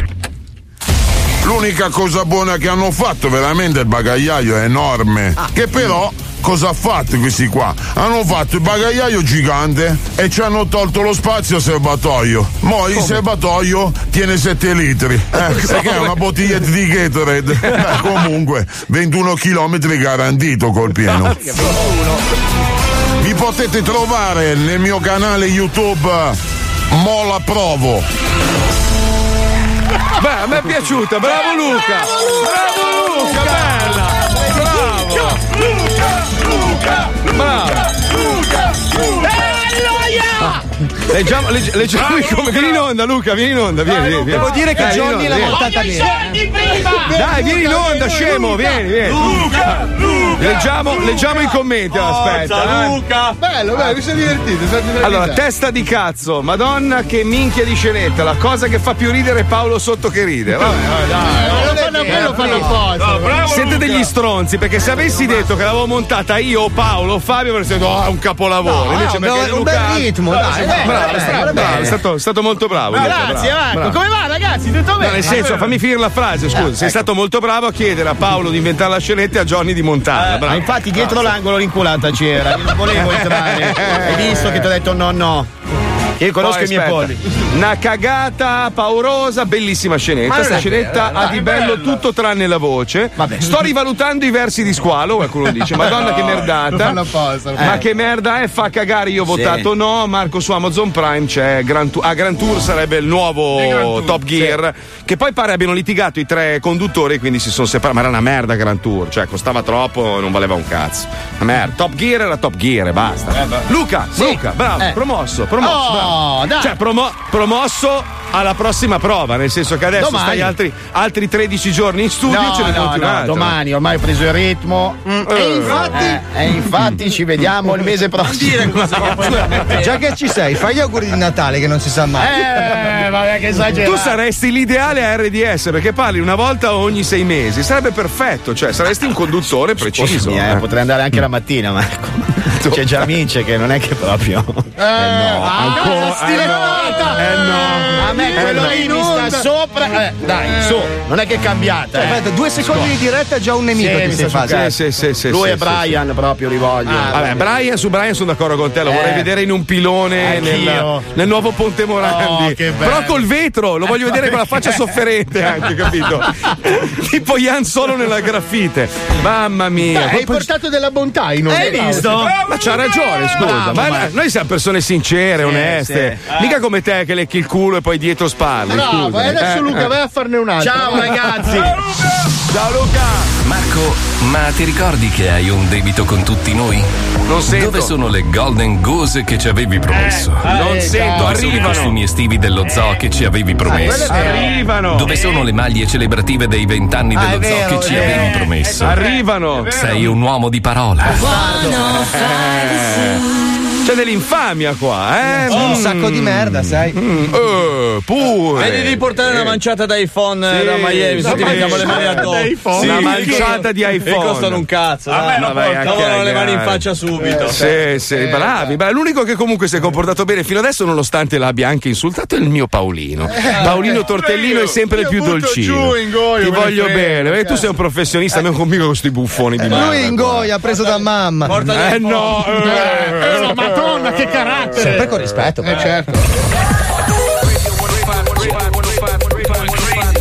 S13: L'unica cosa buona che hanno fatto, veramente il bagagliaio è enorme. Che però cosa ha fatto questi qua? Hanno fatto il bagagliaio gigante e ci hanno tolto lo spazio al serbatoio. Mo il serbatoio tiene 7 litri. Eh, perché è una bottiglietta di Gatorade. Beh, comunque 21 km garantito col pieno. Mi potete trovare nel mio canale YouTube Mola Provo.
S4: Beh, a me è piaciuta, bravo Luca! Bravo Luca, bella! Bravo! Luca, Luca, bravo!
S16: Luca, Luca.
S4: Leggiamo, leggi- leggiamo il commento. Vieni in onda, Luca, vieni in onda, vieni, vieni. vieni.
S1: Devo dire che
S4: Dai,
S1: Johnny
S4: vieni in
S1: l'ha
S4: onda,
S1: montata
S4: vieni.
S1: bene.
S4: Dai, vieni in onda, scemo, vieni, vieni. Luca, Leggiamo, leggiamo i commenti, aspetta. eh.
S3: Luca! Bello, bello, mi sono divertito. sono divertito.
S4: Allora, testa di cazzo, madonna che minchia di scenetta, la cosa che fa più ridere è Paolo sotto che ride. Vabbè, vabbè, dai. oh.
S3: Lo fanno, quello fanno apposta. eh.
S4: Siete degli stronzi perché se avessi detto che l'avevo montata io, Paolo, Fabio avrei detto oh, è un capolavoro.
S3: No,
S4: Invece
S3: no,
S4: perché
S3: un
S4: Luca-
S3: bel ritmo, dai,
S4: sì, bravo,
S3: dai, dai,
S4: è
S3: dai,
S4: stato, bravo,
S3: bene.
S4: è stato, è stato molto bravo.
S3: Ma
S4: invece,
S3: grazie,
S4: bravo,
S3: Marco.
S4: bravo.
S3: Come va, ragazzi?
S15: Certo,
S3: Tutto bene?
S4: No, nel
S15: eh.
S4: senso, fammi finire la frase, scusa. sei
S15: ecco.
S4: stato molto bravo a chiedere a Paolo di inventare la scenetta e a Johnny di montarla. bravo.
S15: Eh, infatti dietro
S4: Bravo.
S15: l'angolo l'inculata c'era, io non volevo entrare. Hai visto che ti ho detto no no. Io conosco
S4: Poi,
S15: i miei
S4: aspetta.
S15: polli.
S4: Una cagata paurosa, bellissima scenetta.
S15: Ma non
S4: Questa
S15: è
S4: scenetta
S15: vero,
S4: ha
S15: dai,
S4: di bello
S15: bella.
S4: tutto tranne la voce. Sto rivalutando i versi di squalo, qualcuno dice. Madonna che
S3: No, lo
S4: merdata.
S3: fanno apposta, lo
S4: Ma
S3: fanno
S4: che merda è, fa cagare, io ho
S3: Eh. Sì.
S4: votato no. Marco su Amazon Prime c'è Gran Tour. A Gran Tour sarebbe il
S3: Di Gran
S4: nuovo
S3: Tour,
S4: Top Gear. Che poi pare abbiano litigato i tre conduttori, quindi si sono separati. Ma era una merda Gran Tour, cioè costava troppo, non valeva un cazzo. Una merda. Top Gear era Top Gear e basta. Luca, Luca, bravo,
S3: Eh.
S4: promosso, promosso.
S3: Oh,
S4: bravo.
S3: dai.
S4: Cioè, promo- promosso alla prossima prova, nel senso che adesso
S15: Domani.
S4: stai altri, altri 13 giorni in studio
S15: No,
S4: ce ne
S15: no,
S4: conti
S15: no,
S4: un'altra.
S15: domani ormai ho preso il ritmo.
S1: mm.
S4: eh.
S15: Eh, e infatti ci vediamo il mese prossimo.
S1: Già che ci sei, fai gli auguri di Natale che non si sa mai.
S15: Eh, vabbè, che esagerato.
S4: Tu saresti l'ideale a RDS perché parli una volta ogni sei mesi, sarebbe perfetto, cioè saresti un conduttore preciso.
S15: Scusami, eh, potrei andare anche la mattina, Marco. C'è già amici che non è che proprio. Eh, no,
S4: eh,
S15: ancora.
S3: Stilettata!
S15: Eh no. A me quello lì mi sta sopra. Eh, dai, su, non è che è cambiata. eh.
S1: Aspetta, due secondi di diretta già un nemico
S15: Sì,
S1: ti
S15: mi
S1: sei
S15: sta sul
S1: fatto.
S15: cazzo. Lui e Brian proprio li voglio.
S4: Ah, Vabbè, Brian su Brian sono d'accordo con te, lo
S15: Eh.
S4: vorrei vedere in un pilone nel,
S15: Anch'io.
S4: nel nuovo Ponte Morandi.
S15: Oh, che bello.
S4: Però col vetro, lo voglio
S15: Eh,
S4: vedere con la
S15: perché?
S4: faccia sofferente anche, capito? tipo Ian solo nella graffite. Mamma mia.
S3: Dai,
S4: Poi-
S3: hai portato della bontà in onda.
S4: Ma c'ha ragione, scusa.
S3: Bravo,
S4: ma Eh,
S3: Marco.
S4: noi siamo persone sincere, oneste.
S3: sì.
S4: Mica come te che lecchi il culo e poi dietro sparli.
S3: Bravo,
S4: scusa.
S3: e adesso
S4: Eh,
S3: Luca
S4: eh.
S3: vai a farne un altro.
S4: Ciao, ragazzi.
S2: Ciao Luca! Marco, Ecco, ma ti ricordi che hai un debito con tutti noi? Non sento. Dove sono le golden goose che ci avevi promesso?
S4: Eh, non eh,
S2: Dove
S4: sento,
S2: sono i
S4: arrivano. Ah,
S2: costumi estivi dello zoo che ci avevi promesso?
S4: quello è vero. Arrivano.
S2: Dove sono le maglie celebrative dei vent'anni
S4: Ah,
S2: dello
S4: è vero,
S2: zoo che
S4: è
S2: ci
S4: vero.
S2: avevi promesso?
S4: Arrivano.
S2: Sei un uomo di parola.
S4: Eh, C'è dell'infamia qua, eh?
S1: Sono un
S4: Mm.
S1: sacco di merda, sai.
S4: Eh, pure.
S17: Vedi di portare
S8: Eh.
S17: una manciata da iPhone eh,
S4: Sì,
S17: da Miami, se
S4: una
S17: ti mettiamo le mani
S4: manciata da
S17: addosso.
S4: iPhone. Sì,
S17: Una
S4: perché?
S17: manciata di
S4: E
S17: iPhone.
S4: costano un
S17: cazzo.
S4: Ah, ma vai a
S17: Davano le mani in
S4: cagare. Eh,
S17: faccia subito.
S4: Sì, sì, bravi. bravi. L'unico che comunque si è comportato bene fino adesso, nonostante l'abbia anche insultato, è il mio Paolino. Paolino Tortellino è sempre più dolcino.
S3: giù in goio,
S4: Ti
S3: me ne
S4: voglio
S3: frega,
S4: bene. E tu sei un professionista, non convivo con questi buffoni di merda.
S1: Eh, Lui in goia, preso da mamma.
S4: Eh no, eh, eh,
S3: Madonna, che carattere!
S1: Sempre con rispetto.
S3: Eh, certo.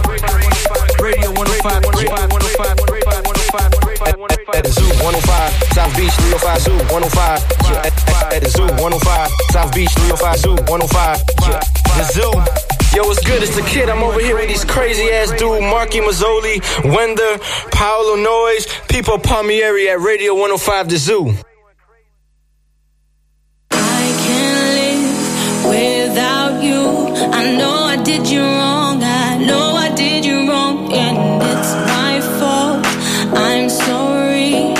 S18: Radio 105, 105, 105, 105, At the zoo, 105, South Beach, 305, zoo, 105. Yeah, at- At the zoo, 105, South Beach, 305, zoo, 105. Yeah, The zoo. Yo, what's good? It's the kid. I'm over here with these crazy ass dude, Marky Mazzoli, Wender, Paolo Noyes, People Palmieri at Radio 105 The Zoo.
S19: without you. I know I did you wrong. I know I did you wrong, and it's my fault. I'm sorry.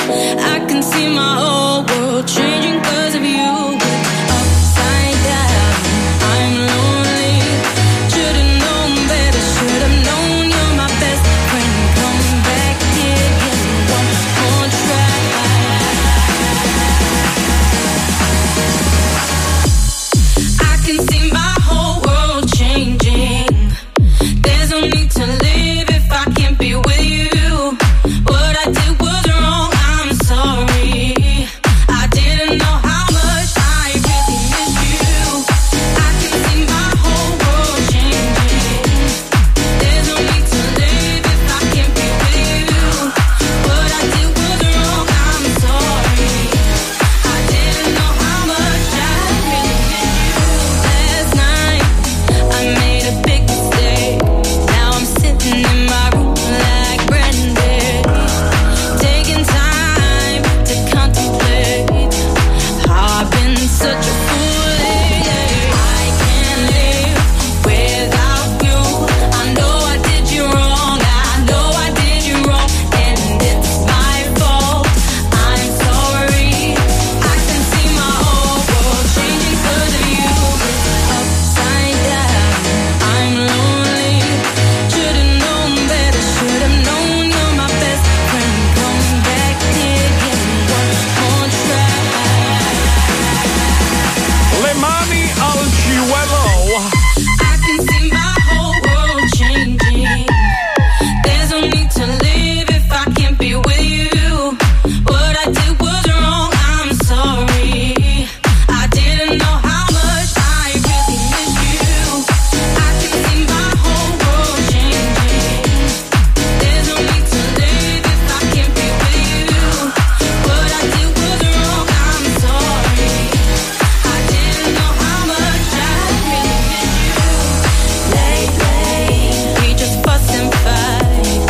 S4: forse. Oh.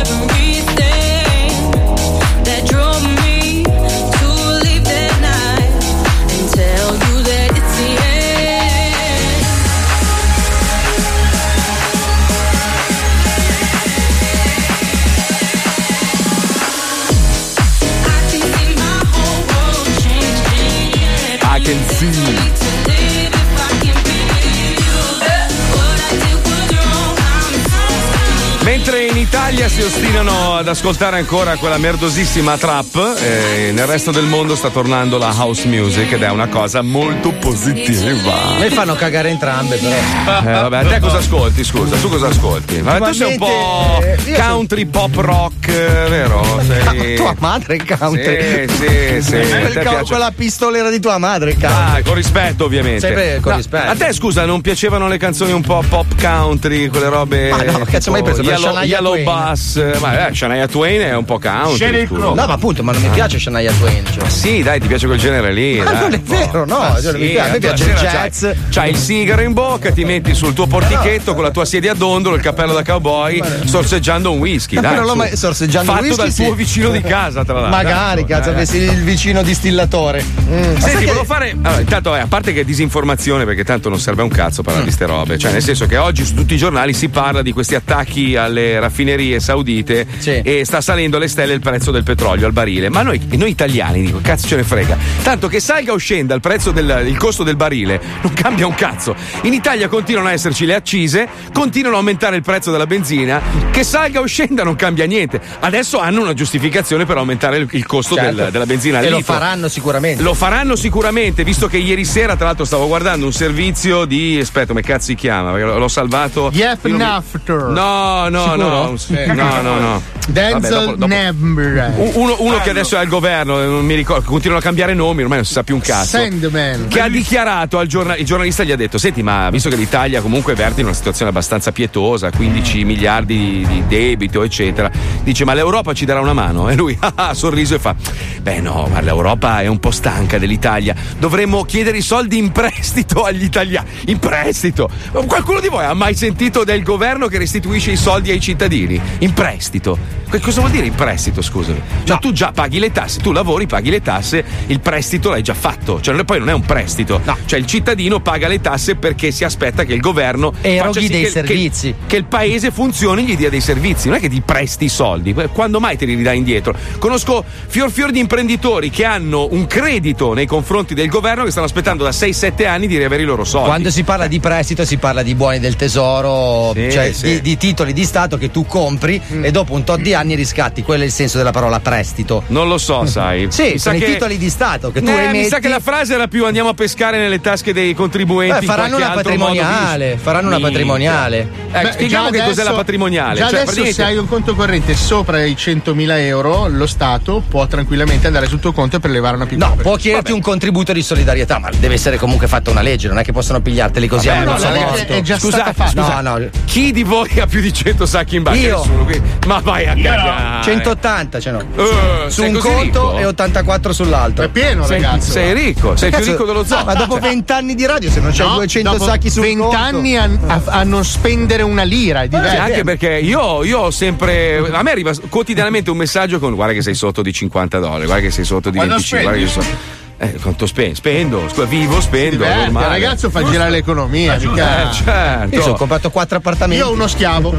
S19: Everything that drove me to leave that night and tell you that it's the end. I can see my whole world changing.
S4: I can see.
S19: Live if I can be you. What I did was wrong.
S4: Mentre in Italia si ostinano ad ascoltare ancora quella merdosissima trap, eh, nel resto del mondo sta tornando la house music ed è una cosa molto positiva.
S1: A me fanno cagare entrambe, però.
S4: Eh, vabbè, a te cosa ascolti, scusa? Tu cosa ascolti? Vabbè, tu sei un po'
S1: Normalmente, eh, io
S4: country pop rock, eh, vero? Sei...
S1: Tua madre è country.
S4: Sì, sì, sì.
S1: Quel
S4: A te
S1: ca-
S4: piace.
S1: quella pistolera di tua madre è country.
S4: Ah, con rispetto, ovviamente.
S1: Sempre con
S4: No,
S1: rispetto.
S4: A te, scusa, non piacevano le canzoni un po' pop country, quelle robe.
S1: Ma no, cazzo, mai preso per
S4: Yellow,
S1: Shania
S4: Yellow
S1: Twain.
S4: Bass. eh, Ma eh, Shania Twain è un po' Ah, country. scusa.
S1: No, ma appunto, ma non mi piace Shania Twain. cioè.
S4: Ma sì, dai, ti piace quel genere lì.
S1: Ma
S4: dai,
S1: non è
S4: un po'.
S1: vero, no,
S4: Ma
S1: cioè, mi
S4: Boh. Ah, sì,
S1: piace- a me
S4: la
S1: piace il
S4: sera
S1: jazz.
S4: C'hai, c'hai il sigaro in bocca, ti metti sul tuo portichetto con la tua sedia a dondolo, il cappello da cowboy, sorseggiando un whisky.
S1: Ma
S4: dai,
S1: non l'ho
S4: su.
S1: mai sorseggiando
S4: Fatto
S1: un whisky,
S4: dal
S1: sì.
S4: tuo vicino di casa, tra l'altro.
S1: Magari,
S4: Dai,
S1: cazzo,
S4: dai.
S1: avessi il vicino distillatore. Mm. Ma sai
S4: Senti,
S1: che-
S4: volevo fare. Allora, intanto, eh, a parte che è disinformazione, perché tanto non serve a un cazzo parlare di ste
S1: Mm.
S4: robe. Cioè, nel senso che oggi su tutti i giornali si parla di questi attacchi alle raffinerie saudite e sta salendo alle stelle il prezzo del petrolio al barile. Ma noi, noi italiani, dico, cazzo ce ne frega. Tanto che salga o scenda il prezzo del il costo del barile, non cambia un cazzo. In Italia continuano a esserci le accise, continuano a aumentare il prezzo della benzina. Che salga o scenda non cambia niente. Adesso hanno una giustificazione per aumentare il, il costo
S1: Certo.
S4: del- della benzina al
S1: E lo
S4: litro.
S1: faranno sicuramente.
S4: Lo faranno sicuramente, visto che ieri sera, tra l'altro, stavo guardando un servizio di. Aspetta, come cazzo si chiama? Perché l'ho l'ho salvato.
S3: Yep
S4: Io non mi-
S3: Nafter.
S4: No, no, no.
S3: Sicuro? Eh.
S4: No, no, no. Vabbè, dopo-
S3: Denzel
S4: dopo-
S3: Nebra.
S4: U- Uno, uno che adesso è al governo, eh, non mi ricordo, continuano a cambiare nomi, ormai non si sa più un cazzo.
S3: Sandman.
S4: Che ha dichiarato al giorna- il giornalista gli ha detto: Senti, ma visto che l'Italia comunque verte in una situazione abbastanza pietosa, 15 miliardi di, di debito, eccetera, dice: Ma l'Europa ci darà una mano? E lui ah, ah, sorriso e fa: Beh, no, ma l'Europa è un po' stanca dell'Italia. Dovremmo chiedere i soldi in prestito agli italiani. In prestito! Qualcuno di voi ha mai sentito del governo che restituisce i soldi ai cittadini? In prestito. Que- Cosa vuol dire in prestito, scusami? Cioè, tu già paghi le tasse, tu lavori, paghi le tasse, il prestito l'hai già fatto. Cioè, non è- poi non è un prestito. Cioè, il cittadino paga le tasse perché si aspetta che il governo
S1: Eroghi
S4: faccia sì
S1: dei
S4: che,
S1: servizi.
S4: Che, che il paese funzioni, gli dia dei servizi. Non è che ti presti i soldi. Que- Quando mai te li ridai indietro? Conosco fior fior di imprenditori che hanno un credito nei confronti del governo che stanno aspettando da 6-7 anni di riavere i loro soldi.
S1: Quando si parla di prestito si parla di buoni del tesoro,
S4: Sì,
S1: cioè
S4: sì. Mm.
S1: Di, di titoli di Stato che tu compri e dopo un tot di anni riscatti. Quello è il senso della parola prestito.
S4: Non lo so, sai.
S1: Sì,
S4: Mi sa
S1: sono i
S4: che-
S1: titoli di Stato che tu
S4: Eh,
S1: emetti.
S4: Mi sa che la frase era più andiamo a pescare nelle tasche dei contribuenti.
S1: Eh, faranno
S4: in qualche
S1: una
S4: altro
S1: patrimoniale,
S4: modo di-
S1: faranno una
S4: Minchia.
S1: patrimoniale.
S4: Eh,
S3: Beh,
S4: spieghiamo
S3: già
S4: che cos'è
S3: adesso-
S4: la patrimoniale.
S3: Già
S4: Cioè,
S3: adesso
S4: praticamente-
S3: se hai un conto corrente sopra i 100.000 euro, lo Stato può tranquillamente andare sul tuo conto e prelevare una piccola.
S1: No, può chiederti un contributo di solidarietà, ma deve essere comunque fatta una legge, non è che possono pigliarteli così
S4: Vabbè,
S1: a
S4: ma
S1: mano
S4: Eh, no,
S1: salotto.
S4: è- è già stata fatta.
S1: No, no.
S4: Chi di voi ha più di 100 sacchi in banca?
S1: Io.
S4: Nessuno, quindi- Ma vai a cagare.
S1: 180 ce n'ho.
S4: Eh,
S1: cioè su
S4: sei
S1: un
S4: così
S1: conto
S4: ricco?
S1: e 84 sull'altro. Eh, È
S3: pieno, ragazzo.
S4: sei ricco, sei più ricco dello zoo.
S1: Ma dopo
S4: Cioè-
S1: 20 anni di radio, se non c'hai 200 sacchi sul conto.
S3: anni a, a- a non spendere una lira, è
S4: Sì,
S1: Eh,
S3: diverso.
S4: anche perché io, io ho sempre. A me arriva quotidianamente un messaggio con guarda che sei sotto di 50 dollari, guarda che sei sotto di
S3: Quando
S4: 25, guarda che
S3: spendi?
S4: sono. Eh, quanto spendo? Spendo, scu- vivo, spendo. è
S3: Diverte,
S4: normale.
S3: ragazzo fa girare l'economia. mica-
S4: Eh, certo.
S1: cioè, Io sono comprato quattro appartamenti.
S3: Io ho uno schiavo.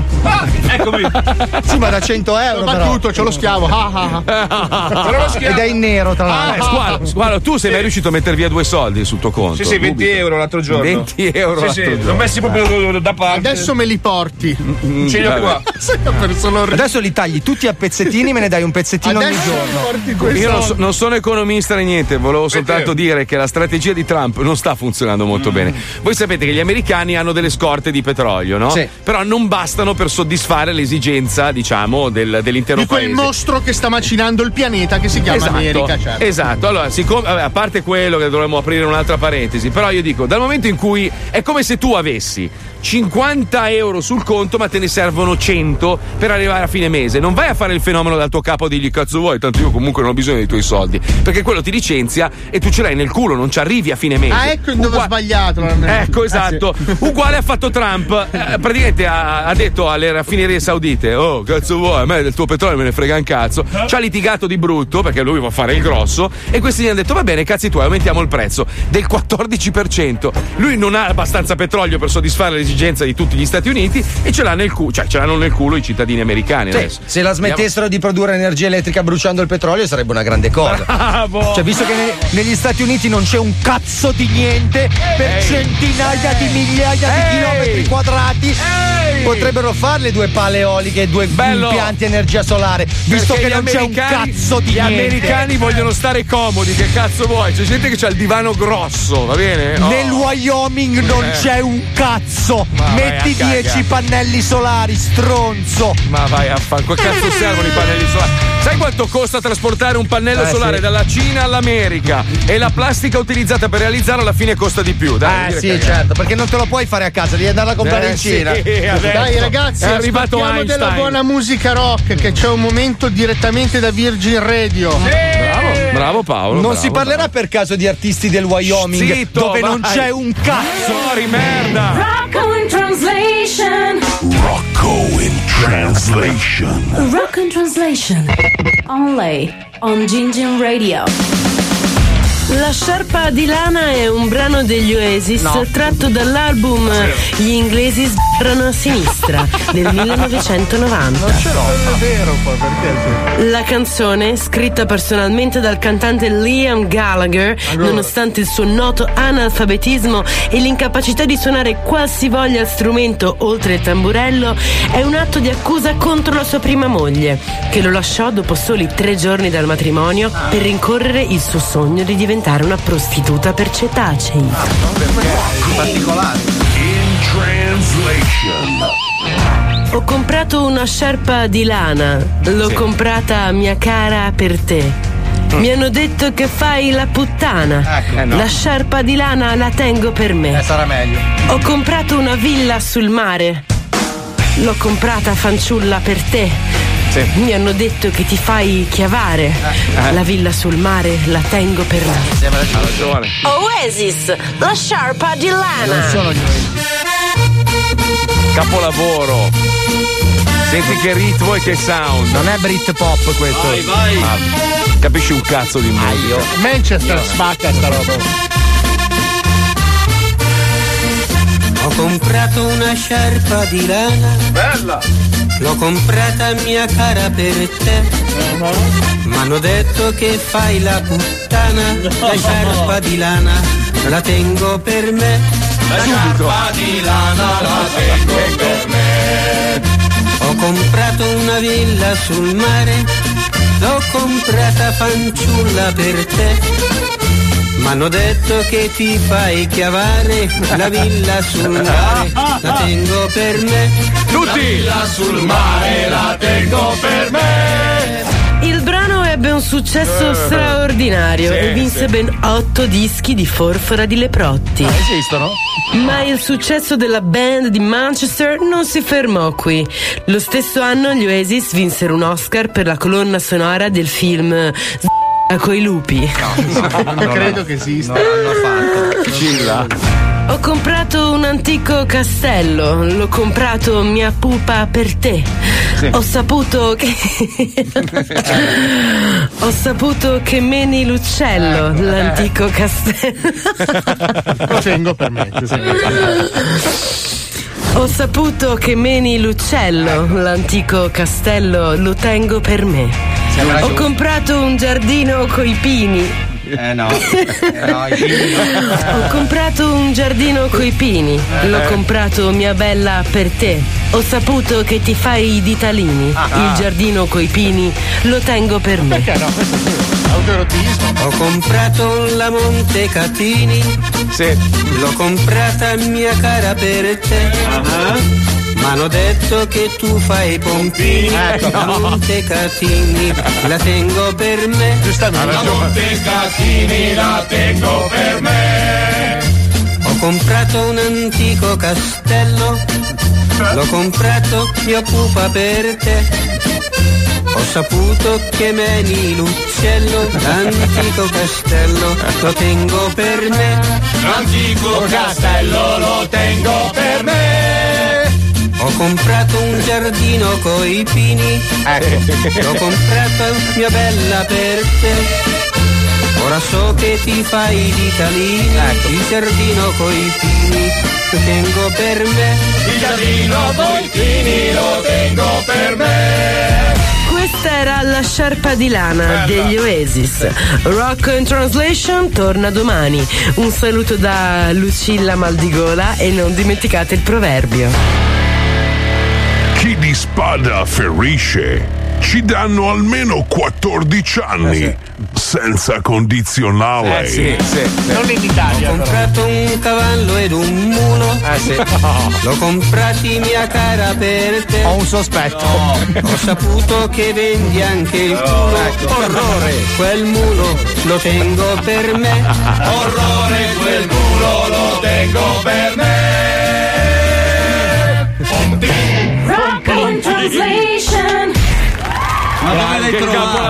S1: Sì, ma da 100 euro.
S3: L'ho
S1: però.
S3: battuto, c'ho lo schiavo. Ah, ah, ah. Però lo schiavo-
S1: Ed è in nero, tra
S4: Ah, eh,
S1: l'altro.
S4: squalo, squalo, tu sei mai riuscito a mettere via due soldi sul tuo conto?
S10: Sì, sì, 20
S4: Subito.
S10: euro l'altro giorno.
S4: 20 euro
S10: Sì, sì,
S4: l'altro
S10: l'ho
S4: giorno.
S10: messi proprio da parte.
S3: Ah. Adesso me li porti.
S4: Mm,
S10: Ce li ho
S4: vabbè.
S10: qua.
S3: cioè, Sei una persona orribile.
S1: Adesso li tagli tutti a pezzettini, me ne dai un pezzettino ogni
S3: Adesso
S1: giorno.
S3: porti quei
S4: Io non, so-
S3: soldi.
S4: non sono economista né niente, volevo soltanto dire che la strategia di Trump non sta funzionando
S3: Mm.
S4: molto bene. Voi sapete che gli americani hanno delle scorte di petrolio, no?
S1: Sì.
S4: Però non bastano per soddisfare l'esigenza, diciamo, del- dell'intero
S3: Di quel
S4: paese.
S3: mostro che sta macinando il pianeta che si chiama
S4: Esatto,
S3: America. certo.
S4: esatto. allora siccome vabbè, a parte quello che dovremmo aprire un'altra parentesi, però io dico, dal momento in cui è come se tu avessi 50 euro sul conto ma te ne servono 100 per arrivare a fine mese, non vai a fare il fenomeno dal tuo capo e digli cazzo vuoi, tanto io comunque non ho bisogno dei tuoi soldi, perché quello ti licenzia e tu ce l'hai nel culo, non ci arrivi a fine mese.
S3: Ah, ecco dove ho sbagliato.
S4: Eh,
S3: Eh,
S4: Ecco, esatto. Uguale ha fatto Trump. Eh, praticamente ha, ha detto alle raffinerie saudite: Oh, cazzo vuoi? A me del tuo petrolio me ne frega un cazzo. Ci ha litigato di brutto perché lui vuole fare il grosso. E questi gli hanno detto: Va bene, cazzi tuoi, aumentiamo il prezzo del 14%. Lui non ha abbastanza petrolio per soddisfare l'esigenza di tutti gli Stati Uniti e ce l'ha nel culo, cioè ce l'hanno nel culo i cittadini americani. adesso.
S1: Se la smettessero di produrre energia elettrica bruciando il petrolio sarebbe una grande cosa.
S4: Bravo!
S1: Cioè, visto che ne- negli Stati Uniti non c'è un cazzo di niente per centinaia di migliaia di chilometri quadrati, potrebbero farle due pale eoliche e due impianti energia solare, visto
S4: Perché
S1: che
S4: gli
S1: non c'è un
S4: americani-
S1: cazzo di
S4: Gli
S1: niente.
S4: americani vogliono stare comodi, che cazzo vuoi? C'è gente che ha il divano grosso, va bene? Oh.
S1: Nel Wyoming non
S4: Eh.
S1: c'è un cazzo!
S4: Ma vai
S1: Metti
S4: a cagare.
S1: 10 pannelli solari, stronzo!
S4: Ma vai a fanco, cazzo servono i pannelli solari? Sai quanto costa trasportare un pannello
S1: Eh,
S4: solare
S1: sì.
S4: dalla Cina all'America? E la plastica utilizzata per realizzarlo alla fine costa di più, dai.
S1: Eh
S4: non
S1: sì,
S4: dire cagate.
S1: certo, perché non te lo puoi fare a casa, devi andare a comprare
S4: Eh,
S1: in Cina.
S4: sì, adesso.
S3: Dai ragazzi,
S4: È arrivato
S3: ascoltiamo
S4: Einstein.
S3: della buona musica rock che c'è un momento direttamente da Virgin Radio.
S4: Bravo, bravo Paolo.
S1: non
S4: bravo,
S1: si parlerà per caso di artisti del Wyoming
S4: Zitto,
S1: dove non
S4: vai.
S1: c'è un cazzo.
S4: Sorry, merda.
S19: Rocco in translation.
S11: Rocco in translation.
S19: Rock in translation. Only on Gingin Radio.
S20: La sciarpa di lana è un brano degli Oasis
S19: No.
S20: tratto dall'album Gli inglesi sbrano a sinistra del 1990.
S3: è vero poi perché
S20: La canzone, scritta personalmente dal cantante Liam Gallagher, nonostante il suo noto analfabetismo e l'incapacità di suonare qualsivoglia strumento oltre il tamburello, è un atto di accusa contro la sua prima moglie, che lo lasciò dopo soli tre giorni dal matrimonio per rincorrere il suo sogno di diventare una prostituta per cetacei.
S11: Particolare. In translation.
S20: Ho comprato una sciarpa di lana, l'ho
S11: Sì.
S20: comprata mia cara per te. Mi hanno detto che fai la puttana.
S1: Ecco. Mm. Eh, no. Eh,
S20: La sciarpa di lana la tengo per me.
S1: sarà meglio.
S20: Ho comprato una villa sul mare. L'ho comprata fanciulla per te. Mi hanno detto che ti fai chiavare.
S4: eh.
S20: La villa sul mare la tengo per me.
S4: Ha ragione.
S20: Oasis, la sciarpa di lana.
S4: Capolavoro. Senti che ritmo e che sound. Non è Brit Pop questo. Vai, vai.
S1: Ah.
S4: capisci un cazzo di meglio.
S3: Manchester spacca sta roba.
S5: Ho comprato una sciarpa di lana. Bella! L'ho comprata mia cara per te.
S3: Uh-huh.
S5: Mi hanno detto che fai la puttana. La sciarpa di lana la tengo per me. La sciarpa di lana la tengo per me. Ho comprato una villa sul mare. L'ho comprata fanciulla per te. Mi hanno detto che ti fai chiavare la villa sul mare, la tengo per me.
S4: Tutti! La villa
S5: sul mare la tengo per me.
S20: Il brano ebbe un successo
S5: Eh,
S20: straordinario
S5: sì,
S20: e vinse
S5: sì.
S20: ben otto dischi di forfora di Leprotti.
S5: Ah,
S1: esistono?
S20: Ma il successo della band di Manchester non si fermò qui. Lo stesso anno gli Oasis vinsero un Oscar per la colonna sonora del film S*** coi lupi.
S3: Non credo che esista.
S4: Cilla.
S20: Ho comprato un antico castello, l'ho comprato mia pupa per te. Ho saputo che. Ho saputo che meni l'uccello, l'antico castello.
S3: Lo tengo per me. ti sembra.
S20: Ho saputo che meni l'uccello, l'antico castello lo tengo per me.
S16: Sembra
S20: Ho
S16: giusto.
S20: comprato un giardino coi pini.
S16: Eh no, eh no, i figli no. Eh.
S20: Ho comprato un giardino coi pini. L'ho comprato mia bella per te. Ho saputo che ti fai i ditalini.
S16: Ah.
S20: Il giardino coi pini lo tengo per me. Perché no?
S5: Ho comprato la Montecatini.
S4: Sì.
S5: L'ho comprata mia cara per te.
S4: Ah.
S5: Mi hanno detto che tu fai i pompini.
S4: Ecco.
S5: La Montecatini la tengo per me. Giustamente.
S16: La Montecatini la tengo per me.
S5: Ho comprato un antico castello, l'ho comprato mia pupa per te. Ho Ho saputo che meni l'uccello, l'antico castello, lo tengo per me.
S16: L'antico castello lo tengo per me.
S5: Ho comprato un giardino coi pini, l'ho comprato mia bella per te. Ora so che ti fai di calina,
S16: Ecco.
S5: il giardino coi pini, lo tengo per me.
S16: Il giardino coi pini lo tengo per me.
S20: Questa era la sciarpa di lana degli Oasis. Rock in Translation torna domani. Un saluto da Lucilla Maldigola e non dimenticate il proverbio.
S11: Chi di spada ferisce. Ci danno almeno 14 anni senza condizionale.
S16: Eh, sì, sì, sì. Non in
S5: Ho comprato un cavallo ed un mulo. L'ho comprati mia cara per te. Ho un sospetto. Ho saputo che vendi anche il culo. Ecco. Orrore, quel mulo lo tengo per me.
S16: Orrore quel culo lo tengo per me. Rock on translation.
S4: Ma dove l'hai trovato?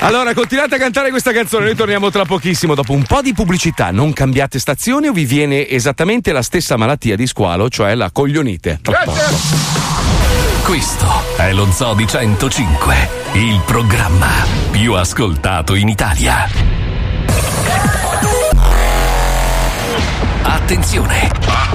S4: Allora, continuate a cantare questa canzone, noi torniamo tra pochissimo. Dopo un po' di pubblicità, non cambiate stazione o vi viene esattamente la stessa malattia di squalo, cioè la coglionite.
S2: Questo è lo Zoo di 105, il programma più ascoltato in Italia. Attenzione! Attenzione!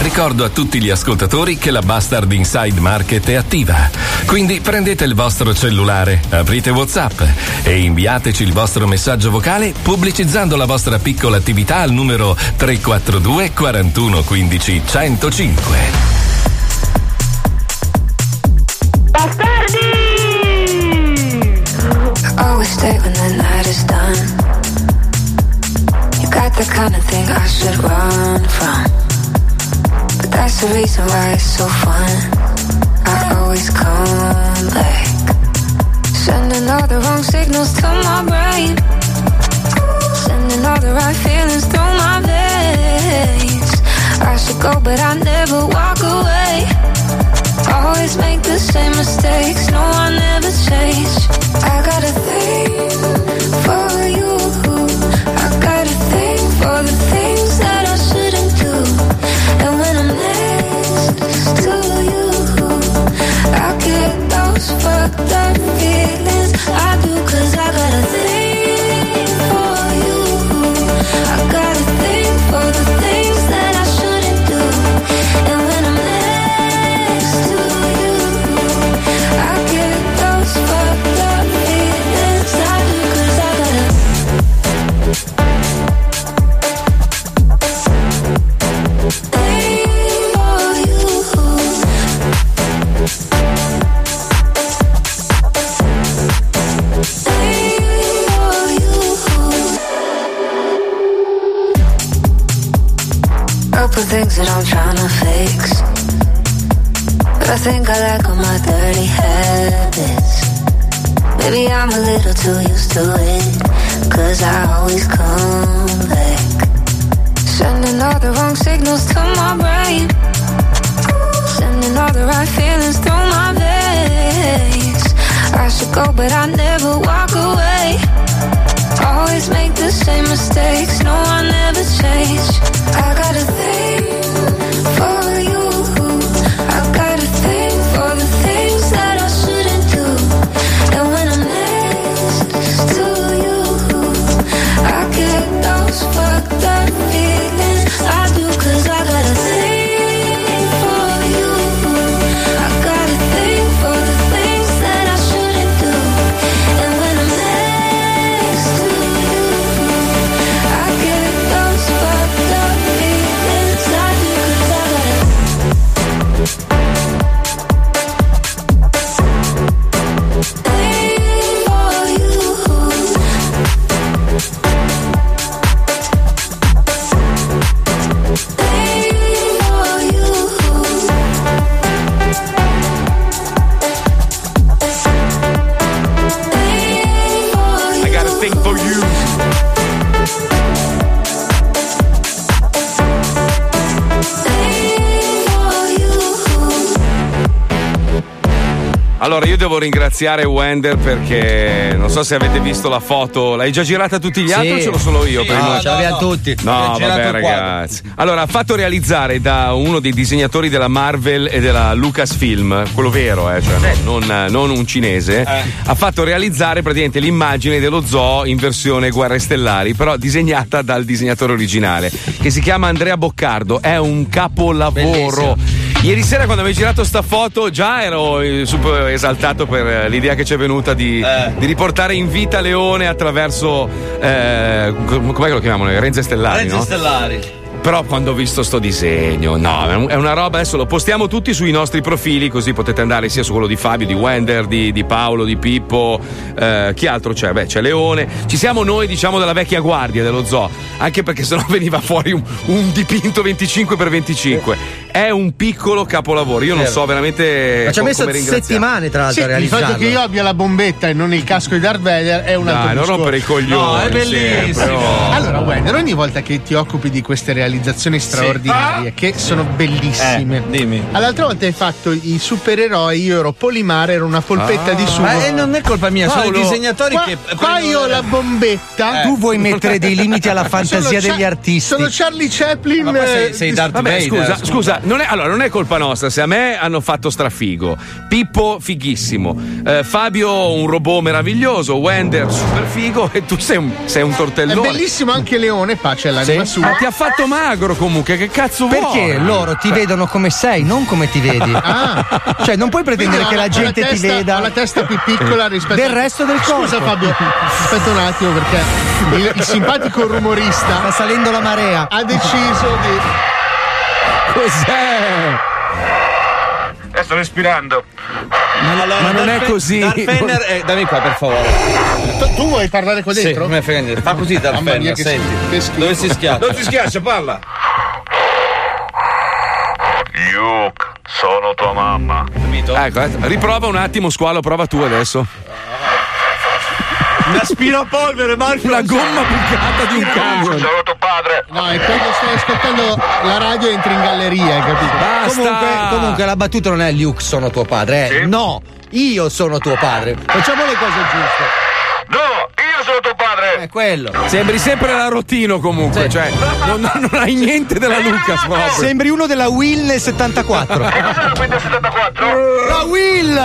S2: Ricordo a tutti gli ascoltatori che la Bastard Inside Market è attiva, quindi prendete il vostro cellulare, aprite WhatsApp e inviateci il vostro messaggio vocale pubblicizzando la vostra piccola attività al numero 342 41 15 105.
S21: I always stay when the night is done. You got the kind of thing I should run from. But that's the reason why it's so fun. I always come back. Sending all the wrong signals to my brain. Sending all the right feelings through my veins. I should go, but I never walk away. Always make the same mistakes. No, I never change. I got a thing for you. I got a thing for the things that I shouldn't do. And when I'm next to you, I get those fucked up feelings. I do, cause I got a thing for you. I got a thing for the things that I shouldn't do. And when I'm next to you, I get those fucked up feelings. I do, cause I got a Couple things that I'm trying to fix. But I think I like all my dirty habits. Maybe I'm a little too used to it. Cause I always come back. Sending all the wrong signals to my brain. Sending all the right feelings through my veins. I should go, but I never walk away. Always make the same mistakes. No, I never change. I got a thing for you. I got a thing for the things that I shouldn't do. And when I'm next to you, I get those fucked up feelings. I do, cause I got a thing for you. I got a thing for the
S4: Allora, io devo ringraziare Wender perché non so se avete visto la foto. L'hai già girata a tutti gli
S1: Sì.
S4: altri o ce l'ho solo io?
S1: Sì,
S4: prima?
S1: no, ce l'abbiamo tutti.
S4: No,
S1: Girato
S4: vabbè,
S1: il quadro.
S4: ragazzi. Allora, fatto realizzare da uno dei disegnatori della Marvel e della Lucasfilm, quello vero, eh, cioè non, non un cinese,
S1: Eh.
S4: ha fatto realizzare praticamente l'immagine dello zoo in versione Guerre Stellari, però disegnata dal disegnatore originale, che si chiama Andrea Boccardo. È un capolavoro. Ieri sera quando mi hai girato sta foto già ero eh, super esaltato per eh, l'idea che ci è venuta di, di riportare in vita Leone attraverso eh, com- com'è che lo chiamano? Renze Stellari,
S22: Renzo
S4: no?
S22: Stellari.
S4: Però quando ho visto sto disegno, no, è una roba, adesso lo postiamo tutti sui nostri profili, così potete andare sia su quello di Fabio, di Wender, di, di Paolo, di Pippo, eh, chi altro c'è? Beh, c'è Leone, ci siamo noi diciamo della vecchia guardia dello zoo, anche perché sennò veniva fuori un, un dipinto 25x25. È un piccolo capolavoro, io non
S1: Vero.
S4: so
S3: Eh,
S4: veramente...
S1: Ma ci ha
S4: co-
S1: messo
S4: come ringraziare.
S1: settimane, tra l'altro,
S4: Sì,
S1: a
S3: Il
S1: realizzarlo.
S3: fatto che io abbia la bombetta e non il casco di Darth Vader è un altro
S4: Dai, non
S3: discorso.
S4: rompere i coglioni. sempre, oh.
S3: Allora, Wender, ogni volta che ti occupi di queste realizzazioni
S4: Ah!
S3: straordinarie, che sono
S4: Eh,
S3: bellissime, dimmi. All'altra volta hai fatto i supereroi, io ero Polimare, ero una polpetta
S22: Ah.
S3: di sumo.
S22: Ma, eh, non è colpa mia, sono i disegnatori
S3: qua,
S22: che
S3: Qua
S22: prendono
S3: io ho
S22: le-
S3: la bombetta.
S22: Eh. Tu vuoi mettere dei limiti alla fantasia
S3: Sono
S22: degli
S1: artisti.
S3: Sono Charlie Chaplin.
S22: Ma poi sei-
S3: eh,
S22: sei
S3: di-
S22: Darth
S4: Vabbè, scusa, scusa, non è, allora non è colpa nostra. Se a me hanno fatto strafigo, Pippo fighissimo, eh, Fabio un robot meraviglioso, Wender super figo e tu sei un, sei un
S3: È
S4: tortellone.
S3: bellissimo anche Leone, pace all'anima
S4: Sì?
S3: sua.
S4: Ma ti ha fatto magro comunque, che cazzo vuoi?
S1: Perché loro ti vedono come sei, non come ti vedi. Cioè, non puoi pretendere
S3: Ah. Quindi
S1: che
S3: ho
S1: la
S3: ho
S1: gente ti
S3: testa-
S1: veda.
S3: Ho la testa più piccola rispetto
S1: Del resto del corpo.
S3: Scusa Fabio, aspetta un attimo perché il, il simpatico rumorista
S1: Sta salendo la marea.
S3: ha deciso di
S4: Cos'è?
S10: Eh, sto respirando.
S22: Ma,
S10: Ma non è così.
S22: Darth Vader, eh, dammi qua per favore.
S3: Tu, tu vuoi parlare qua
S22: Sì,
S3: dentro?
S22: non mi frega niente. Fa così Darth
S3: Mamma mia,
S22: Vader,
S3: che
S22: senti.
S3: schifo, che schifo.
S22: Dove si schiaccia?
S10: Non ti schiaccia, parla.
S23: Luke, sono tua mamma. Ah,
S4: Ecco, eh, riprova un attimo, squalo, prova tu adesso.
S22: Un aspirapolvere, Marco.
S4: La gomma bucata di un camion.
S3: No, e quando stai ascoltando la radio entri in galleria, hai capito?
S1: Comunque, comunque la battuta non è Luke sono tuo padre, eh. no, io sono tuo padre. Facciamo le cose giuste.
S23: No, io sono tuo padre.
S1: È quello.
S4: Sembri sempre la Rotino comunque, cioè non, non hai niente della
S1: Eh,
S4: Lucas proprio.
S1: Sembri uno della Will 74. La Will!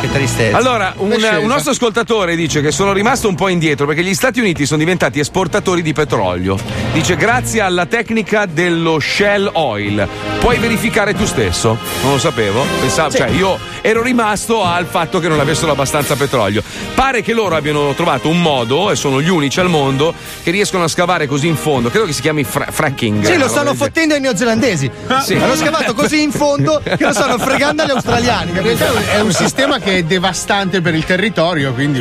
S1: Che tristezza.
S4: Allora, un, un nostro ascoltatore dice che sono rimasto un po' indietro perché gli Stati Uniti sono diventati esportatori di petrolio. Dice grazie alla tecnica dello Shell Oil. Puoi verificare tu stesso. Non lo sapevo. Pensavo, Cioè, io ero rimasto al fatto che non avessero abbastanza petrolio. Pare che loro abbiano trovato un modo, e sono gli unici al mondo, che riescono a scavare così in fondo. Credo che si chiami fra- fracking.
S1: Sì,
S4: Una
S1: lo
S4: roba
S1: stanno
S4: del genere.
S1: fottendo ai neozelandesi.
S4: Ah, Sì.
S1: Hanno scavato così in fondo che lo stanno fregando agli australiani.
S3: In realtà è un- è un sistema che è devastante per il territorio, quindi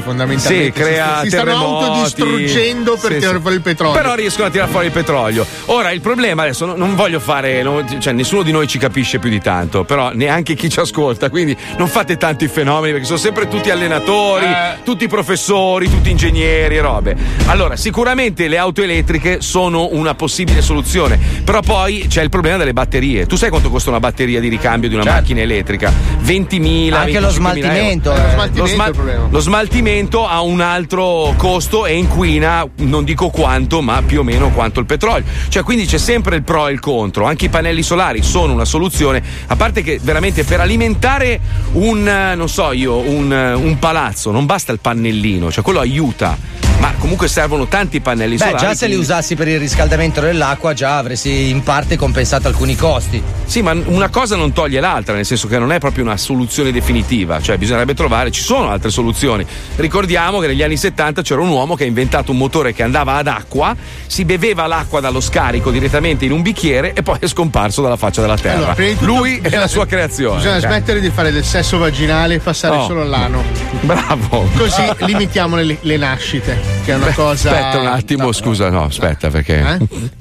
S4: Sì,
S3: fondamentalmente
S4: crea
S3: si, si stanno
S4: terremoti.
S3: autodistruggendo per
S4: Sì,
S3: tirare
S4: sì.
S3: fuori il petrolio.
S4: Però riescono a tirare fuori il petrolio. Ora il problema adesso no- non voglio fare, no- cioè nessuno di noi ci capisce più di tanto, però neanche chi ci ascolta, quindi non fate tanti fenomeni perché sono sempre tutti allenatori,
S3: Eh.
S4: tutti professori, tutti ingegneri e robe. Allora, sicuramente le auto elettriche sono una possibile soluzione, però poi c'è il problema delle batterie. Tu sai quanto costa una batteria di ricambio di una
S3: Certo.
S4: macchina elettrica? 20.000
S1: Anche lo
S4: 25.000
S1: smaltimento,
S4: euro.
S1: eh. Lo
S4: Lo,
S1: smaltimento è il problema.
S4: lo smaltimento ha un altro costo e inquina, non dico quanto, ma più o meno quanto il petrolio. Cioè, quindi c'è sempre il pro e il contro. Anche i pannelli solari sono una soluzione, a parte che veramente per alimentare un, eh, non so io, un, eh, un palazzo non basta il pannellino, cioè quello aiuta. Ma comunque servono tanti pannelli
S24: Beh,
S4: solari.
S24: già se li
S4: quindi-
S24: usassi per il riscaldamento dell'acqua, già avresti in parte compensato alcuni costi.
S4: Sì, ma una cosa non toglie l'altra, nel senso che non è proprio una soluzione definitiva, cioè bisognerebbe trovare, ci sono altre soluzioni. Ricordiamo che negli anni 70 c'era un uomo che ha inventato un motore che andava ad acqua, si beveva l'acqua dallo scarico direttamente in un bicchiere e poi è scomparso dalla faccia della terra.
S3: Allora, prima di tutto
S4: Lui e la sua creazione.
S3: Bisogna
S4: Cioè,
S3: smettere di fare del sesso vaginale e passare
S4: Oh.
S3: solo all'ano.
S4: Bravo.
S3: Così limitiamo le, le nascite, che è una
S4: Beh,
S3: cosa.
S4: Aspetta un attimo, scusa, no, aspetta perché.
S3: Eh?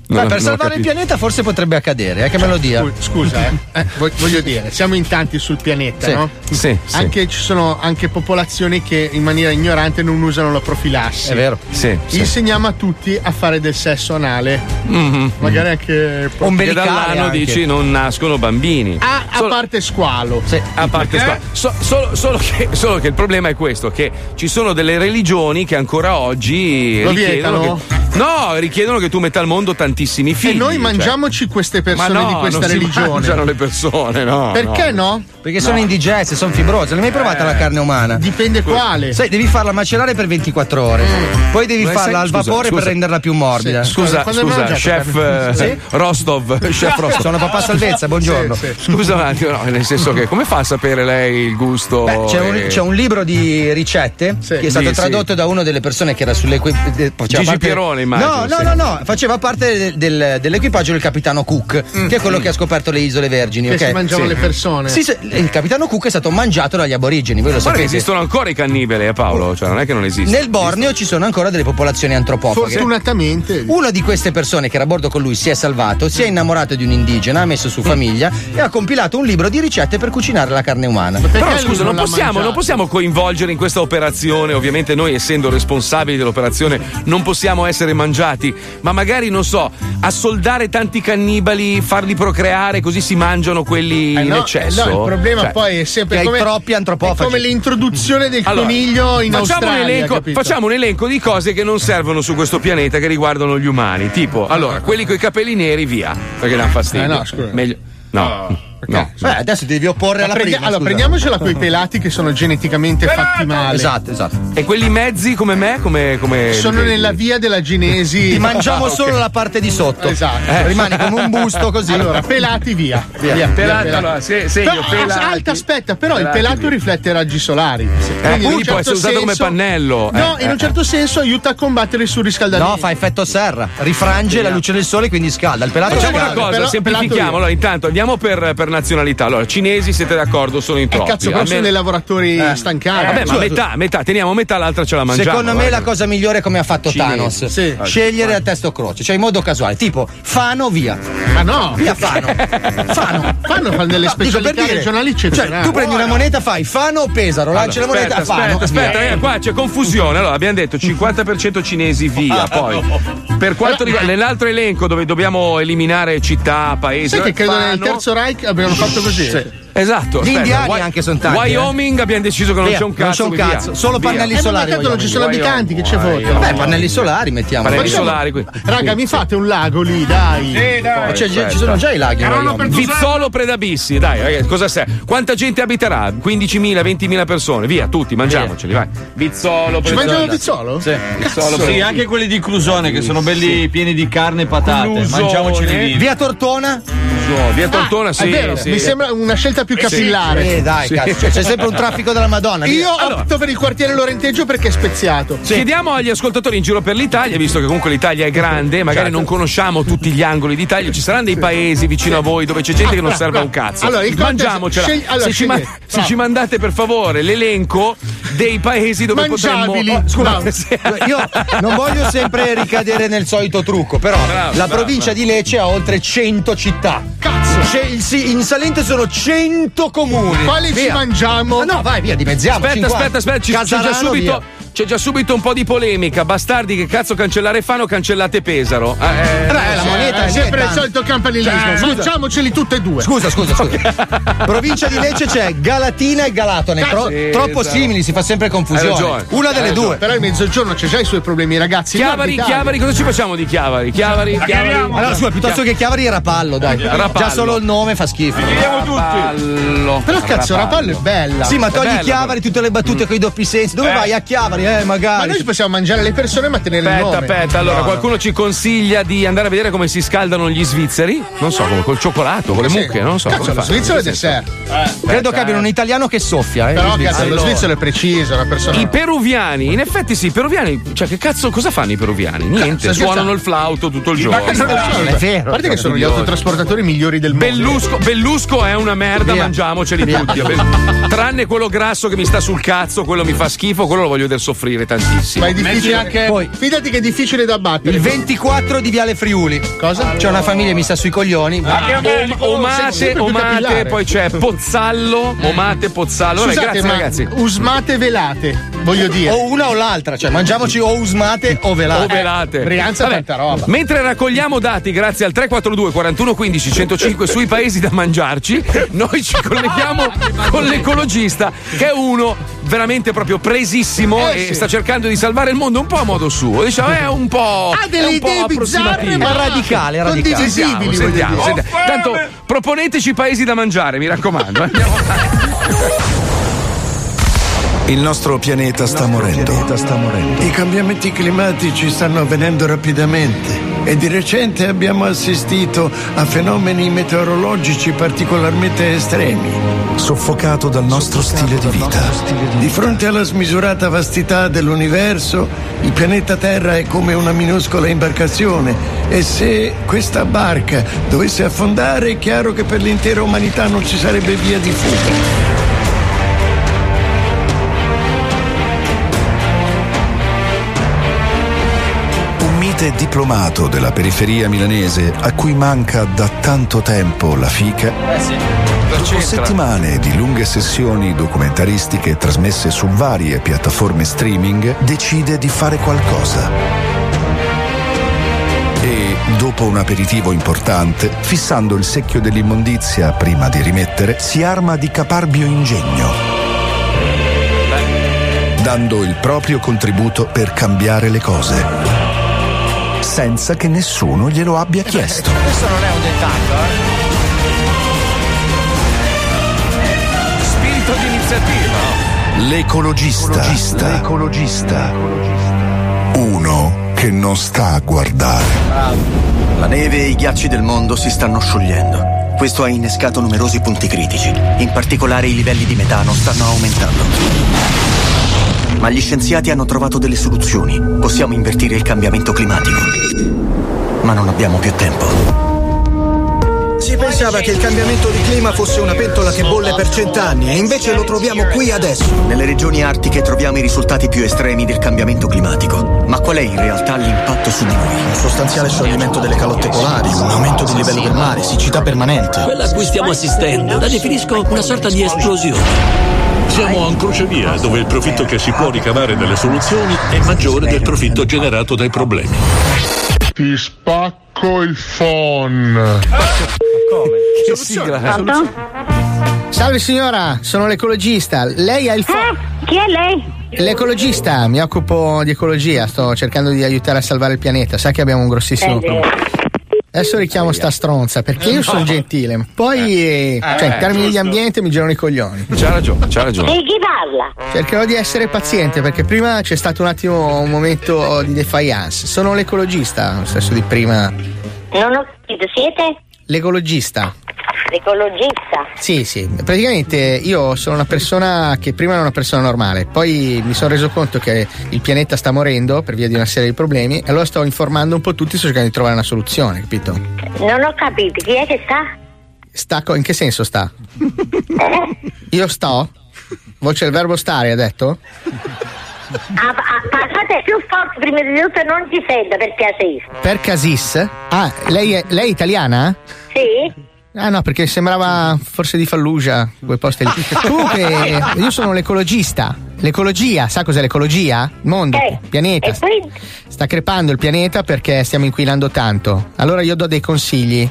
S1: Beh,
S3: Non-
S1: per
S3: non
S1: salvare
S3: ho
S1: il
S3: capito.
S1: pianeta forse potrebbe accadere, eh, che me lo dia.
S3: Scu- Scusa, eh. Eh, vog- voglio dire, siamo in tanti sul pianeta,
S1: Sì.
S3: no?
S1: Sì, sì.
S3: Anche ci sono anche popolazioni che in maniera ignorante non usano la profilassi.
S1: È vero.
S4: Sì, sì.
S3: Insegniamo a tutti a fare del sesso anale.
S4: Mm-hmm.
S3: Magari anche
S4: Perché dall'anno dici non nascono bambini.
S3: a, a parte squalo.
S4: A parte sta- so- solo, solo che, solo che il problema è questo: che ci sono delle religioni che ancora oggi
S3: Lo
S4: richiedono.
S3: vietano?
S4: Che, no, richiedono che tu metta al mondo tantissimi figli.
S3: E noi
S4: cioè.
S3: mangiamoci queste persone
S4: Ma no,
S3: di questa
S4: non Si
S3: religione.
S4: mangiano le persone, Ah, no?
S3: Perché no?
S1: Perché sono indigeste, sono fibrose. Non hai mai provata
S4: Eh.
S1: la carne umana?
S3: Dipende quale. Mm.
S1: Sai, devi farla macerare per 24 ore. Poi devi
S4: Ma
S1: farla
S4: sai-
S1: al
S4: scusa,
S1: vapore
S4: scusa.
S1: per renderla più morbida.
S4: Scusa, scusa, chef eh, Rostov, chef Rostov.
S1: Sono papà salvezza, buongiorno.
S4: Scusa un attimo, no, nel senso che come fa a sapere lei il gusto?
S1: Beh, c'è, un,
S4: e-
S1: c'è un libro di ricette che è stato
S4: eh. Sì, sì.
S1: tradotto da una delle persone che era sull'equipaggio.
S4: Gigi Pierone, immagino,
S1: No, no,
S4: sì.
S1: no, no, faceva parte del- del- dell'equipaggio del capitano Cook, che è quello che ha scoperto le isole vergini.
S3: Mm. Che
S1: ok?
S3: si mangiavano le persone.
S1: Sì, sì, il capitano Cook è stato mangiato dagli aborigeni, voi lo
S4: Guarda che
S1: sapete.
S4: esistono ancora i cannibali, eh, Paolo, cioè non è che non esistono.
S1: Nel Borneo ci sono ancora delle popolazioni antropofaghe.
S3: Fortunatamente.
S1: Una di queste persone che era a bordo con lui si è salvato, si è innamorato di un indigena, ha messo
S3: Mm.
S1: su famiglia e ha compilato un libro di ricette per cucinare la carne umana.
S4: Però scusa, non, possiamo, non possiamo coinvolgere in questa operazione. Ovviamente noi, essendo responsabili dell'operazione, non possiamo essere mangiati. Ma magari, non so, assoldare tanti cannibali, farli procreare, così si mangiano quelli in
S3: no,
S4: eccesso.
S3: eh no, il problema
S4: Cioè,
S3: poi è sempre
S1: che hai
S3: come,
S1: troppi antropofagi.
S3: è come l'introduzione del
S4: allora,
S3: coniglio in
S4: facciamo
S3: Australia.
S4: un elenco,
S3: capito?
S4: facciamo un elenco di cose che non servono su questo pianeta che riguardano gli umani. Tipo, allora, quelli con i capelli neri, via. Perché danno fastidio.
S3: Eh, no, scusa. Oh,
S4: Meglio. No. no.
S1: Beh, adesso devi opporre
S3: Ma
S1: alla
S3: prendi-
S1: prima.
S3: allora,
S1: scusa.
S3: prendiamocela quei pelati che sono geneticamente fatti male.
S1: Esatto, esatto.
S4: E quelli mezzi come me? Come, come Ah,
S3: Sono nella via della genesi. Ah,
S1: Ti mangiamo solo la parte di sotto.
S3: Esatto.
S1: Eh. Rimani come un busto così.
S3: Allora, pelati via.
S1: Via, pelati,
S10: allora, se- se
S3: Però,
S10: io pelati-
S3: alta, aspetta, però il
S10: pelati
S3: pelato
S10: via. Eh,
S3: riflette i raggi solari.
S4: quindi può essere usato come pannello.
S3: certo No,
S1: Eh,
S3: in
S1: eh,
S3: un certo senso aiuta a combattere il surriscaldamento.
S1: No, fa effetto serra, rifrange la luce del sole quindi scalda. Il pelato
S4: Facciamo una
S1: scalda.
S4: cosa, semplifichiamo. Allora, intanto andiamo per, per nazionalità. Allora, cinesi siete d'accordo, sono in
S3: Eh,
S4: troppi.
S3: cazzo, però sono
S4: Almeno-
S3: dei lavoratori
S1: Eh.
S3: stancati.
S4: Eh, Vabbè, ma
S1: Cioè,
S3: Scusa,
S4: metà, metà, teniamo metà, l'altra ce la mangiamo.
S1: Certo.
S4: eh.
S1: Secondo
S22: eh.
S1: me la cosa migliore come ha fatto
S4: Cinesi.
S1: Thanos,
S4: Sì.
S22: Ah,
S1: scegliere a testo croce, cioè in modo casuale, tipo Fano via.
S3: Ma no!
S1: Via Fano. Fano.
S3: Fano fa delle
S1: No, dico
S3: specialità
S1: per dire,
S3: regionali
S1: Cioè,
S3: eccezionali.
S1: tu prendi una moneta, fai Fano o Pesaro, lanci la moneta
S4: aspetta,
S1: a Fano.
S4: aspetta,
S1: via.
S4: aspetta, raga, qua c'è confusione. Allora, abbiamo detto 50% cinesi
S1: Ah,
S4: via. poi, per quanto riguarda nell'altro elenco dove dobbiamo eliminare città, paesi,
S3: Sai che credo
S4: Fano-
S3: nel terzo Reich abbiano fatto così?
S4: Esatto,
S3: Gli
S4: aspetta,
S3: indiani
S4: Wy-
S3: anche sono tanti, eh.
S4: Wyoming abbiamo deciso che non
S1: Via,
S4: c'è un
S1: non
S4: cazzo.
S1: c'è un
S4: quindi
S1: cazzo,
S4: eh. via.
S1: solo
S4: Via.
S1: pannelli
S3: Eh, ma
S1: solari.
S3: tanto non ci sono
S1: vogliamo.
S3: abitanti che ci
S22: eh.
S3: votano.
S1: Beh, pannelli solari mettiamo.
S4: Pannelli
S1: Facciamo-
S4: solari. qui.
S3: Raga, mi fate un lago lì, dai.
S4: Sì, dai.
S1: Cioè, ci-
S4: Aspetta. Ah,
S1: ci sono già i laghi. in Wyoming.
S4: Vizzolo Predabissi, dai, ragazzi, cosa serve? Quanta gente abiterà? 15.000, 20.000 persone, via, tutti, mangiamoceli, vai. Vizzolo,
S3: Ci mangiamo pizzolo? Sì.
S22: Sì, anche quelli di Clusone che sono belli pieni di carne e patate.
S4: Clusone.
S22: Mangiamoceli vivi.
S1: Via Tortona? Ah,
S4: Vizzolo, via Tortona, sì,
S3: è vero,
S4: sì.
S3: mi sembra una scelta più capillare.
S1: Sì, dai, cazzo. Cioè, c'è sempre un traffico della Madonna. via.
S3: Io opto per il quartiere Lorenteggio perché è speziato.
S4: Chiediamo agli ascoltatori in giro per l'Italia, visto che comunque l'Italia è grande, magari non conosciamo tutti gli angoli d'Italia, ci saranno dei paesi vicino a voi dove c'è gente che non
S3: Ah,
S4: serve a un
S3: guarda.
S4: cazzo.
S3: Allora, il contest-
S4: Mangiamocela.
S3: scegli- allora,
S4: se, ci man-
S3: scegliete.
S4: se
S3: Bravo.
S4: ci mandate per favore l'elenco dei paesi dove
S3: Mangiabili.
S4: potremmo.
S1: Scusa,
S4: No, sì.
S1: io non voglio sempre ricadere nel solito trucco, però
S4: Bravo,
S1: la
S4: bravo,
S1: provincia
S4: bravo.
S1: di Lecce ha oltre 100 città. Cazzo! in Salento sono 100 comuni.
S3: Quali ci
S1: Via.
S3: mangiamo?
S1: Ma no, vai, via, dimezziamo.
S4: Aspetta,
S1: 50.
S4: aspetta, aspetta, ci- c'è già
S1: Casarano,
S4: subito.
S1: via.
S4: C'è già subito un po' di polemica. Bastardi, che cazzo cancellare fanno? Cancellate Pesaro. Eh, eh,
S1: Beh, la moneta
S3: è
S1: lì
S3: sempre
S1: è
S3: il
S1: tanto.
S3: solito campanilismo.
S1: Cioè,
S3: Mangiamoceli tutte e due.
S1: Scusa, scusa, scusa. Provincia di Lecce c'è Galatina e Galatone.
S3: Cazzo.
S1: tro-
S3: Sì,
S1: troppo
S3: esatto.
S1: simili, si fa sempre confusione.
S4: Hai ragione.
S1: Una delle
S4: Hai
S1: due.
S3: Però il mezzogiorno c'è già i suoi problemi, ragazzi.
S4: Chiavari,
S3: Guarda,
S4: Chiavari, cosa ci facciamo di Chiavari? Chiavari, Chiavari.
S1: Allora, scusa, piuttosto che Chiavari era Pallo, dai.
S4: Rapallo.
S1: Già solo il nome fa schifo.
S4: Rapallo.
S3: Però cazzo, Rapallo è bella.
S1: Sì, ma
S3: È
S1: togli
S3: bella, Mm.
S1: Chiavari tutte le battute con i doppi sensi. Dove
S4: Eh.
S1: vai a Chiavari? Eh, magari.
S3: Ma noi ci possiamo mangiare le persone ma tenere il
S4: Aspetta,
S3: nome.
S4: aspetta, allora
S3: No, no.
S4: qualcuno ci consiglia di andare a vedere come si scaldano gli svizzeri? Non so, come col cioccolato, con le
S3: Sì.
S4: mucche, non so.
S3: Cazzo,
S4: come
S3: lo
S4: fanno.
S3: svizzero è dessert.
S1: Credo che abbiano un italiano che soffia. Eh,
S3: Però
S1: in
S3: cazzo,
S1: Svizzera.
S3: lo svizzero è preciso, una persona.
S4: I peruviani, in effetti sì, i peruviani, cioè che cazzo cosa fanno i peruviani? Niente,
S3: Cazzo,
S4: suonano
S3: scherzate.
S4: il flauto tutto il
S3: Ma cazzo,
S4: giorno.
S1: non è vero.
S3: A parte che sono gli autotrasportatori migliori del mondo.
S4: Bellusco, Bellusco è una merda,
S1: Via.
S4: mangiamoceli
S1: Via.
S4: tutti. Bell- Tranne quello grasso che mi sta sul cazzo, quello mi fa schifo, quello lo voglio vedere soffrire tantissimo.
S3: Ma è difficile anche.
S1: Poi-
S3: Fidati che è difficile da battere.
S1: Il 24 di Viale Friuli.
S8: cosa? C'è una famiglia messa sui coglioni.
S4: Ah, o- omate, omate, poi c'è Pozzallo, Omate, Pozzallo. Allora,
S3: Scusate,
S4: grazie
S3: ma
S4: ragazzi.
S3: usmate velate, voglio dire.
S8: O una o l'altra, cioè mangiamoci o usmate o velate.
S4: O velate.
S8: Eh, Brianza
S4: Vabbè,
S8: tanta roba.
S4: Mentre raccogliamo dati grazie al 342 41 15 105 sui paesi da mangiarci, noi ci colleghiamo con l'ecologista che è uno veramente proprio presissimo
S3: Eh,
S4: e
S3: sì.
S4: sta cercando di salvare il mondo un po' a modo suo. Diciamo, è un po'
S3: Ha Ah, delle
S4: è un po'
S3: idee bizzarre,
S4: approssimativo.
S3: ma radicali, radicali.
S4: Sentiamo,
S3: Condivisibili,
S4: sentiamo,
S3: voglio dire.
S4: sentiamo. Tanto proponeteci paesi da mangiare, mi raccomando. eh.
S12: Il nostro pianeta sta morendo.
S25: I cambiamenti climatici stanno avvenendo rapidamente e di recente abbiamo assistito a fenomeni meteorologici particolarmente estremi.
S12: Soffocato dal nostro stile di vita.
S25: Di fronte alla smisurata vastità dell'universo, il pianeta Terra è come una minuscola imbarcazione e se questa barca dovesse affondare è chiaro che per l'intera umanità non ci sarebbe via di fuga.
S12: Un mite diplomato della periferia milanese a cui manca da tanto tempo la fica. Dopo settimane di lunghe sessioni documentaristiche trasmesse su varie piattaforme streaming, decide di fare qualcosa. E, dopo un aperitivo importante, fissando il secchio dell'immondizia prima di rimettere, si arma di caparbio ingegno. Dando il proprio contributo per cambiare le cose. Senza che nessuno glielo abbia chiesto.
S8: Questo non è un dettaglio, eh.
S4: Spirito di iniziativa.
S12: L'ecologista. L'ecologista. Uno che non sta a guardare.
S26: La neve e i ghiacci del mondo si stanno sciogliendo. Questo ha innescato numerosi punti critici. In particolare i livelli di metano stanno aumentando. Ma gli scienziati hanno trovato delle soluzioni. Possiamo invertire il cambiamento climatico. Ma non abbiamo più tempo.
S3: Eh,
S1: Si pensava che il cambiamento di clima fosse una pentola che bolle per cent'anni e invece lo troviamo qui adesso.
S26: Nelle regioni artiche troviamo i risultati più estremi del cambiamento climatico. Ma qual è in realtà l'impatto su di noi? Un sostanziale scioglimento delle calotte polari, un aumento del livello del mare, siccità permanente.
S11: Quella a cui stiamo assistendo la definisco una sorta di esplosione.
S2: Siamo a un crocevia dove il profitto che si può ricavare dalle soluzioni è maggiore del profitto generato dai problemi.
S27: Ti spacco il phon.
S4: Che sigla?
S7: Salve signora, sono l'ecologista. Lei ha il phone. Eh, chi è lei? L'ecologista, mi occupo di ecologia, sto cercando di aiutare a salvare il pianeta. Sa che abbiamo un grossissimo problema. Adesso richiamo sta stronza perché io sono gentile. Poi, eh,
S4: Eh,
S7: cioè, in termini di
S4: giusto.
S7: ambiente mi girano i coglioni.
S4: C'ha ragione, c'ha ragione.
S7: chi parla? Cercherò di essere paziente perché prima c'è stato un attimo un momento di defiance. Sono l'ecologista, lo stesso di prima.
S27: Non ho capito, siete
S7: L'ecologista.
S27: ecologista?
S7: Sì, sì, praticamente io sono una persona che prima era una persona normale, poi mi sono reso conto che il pianeta sta morendo per via di una serie di problemi e allora sto informando un po' tutti, sto cercando di trovare una soluzione, capito?
S27: Non ho capito, chi è che sta?
S7: Sta co- in che senso sta? Io sto? Voce del verbo stare, ha detto?
S27: Ah, ah, parlate più forte prima di tutto, non ti sento per piacere.
S7: Per Casis? Ah, lei è, lei è italiana?
S27: Sì?
S7: Ah no, perché sembrava forse di Fallugia, quei posti lì. Comunque, io sono l'ecologista. L'ecologia, sa cos'è l'ecologia? Il mondo, il pianeta. Sta crepando il pianeta perché stiamo inquinando tanto. Allora io do dei consigli.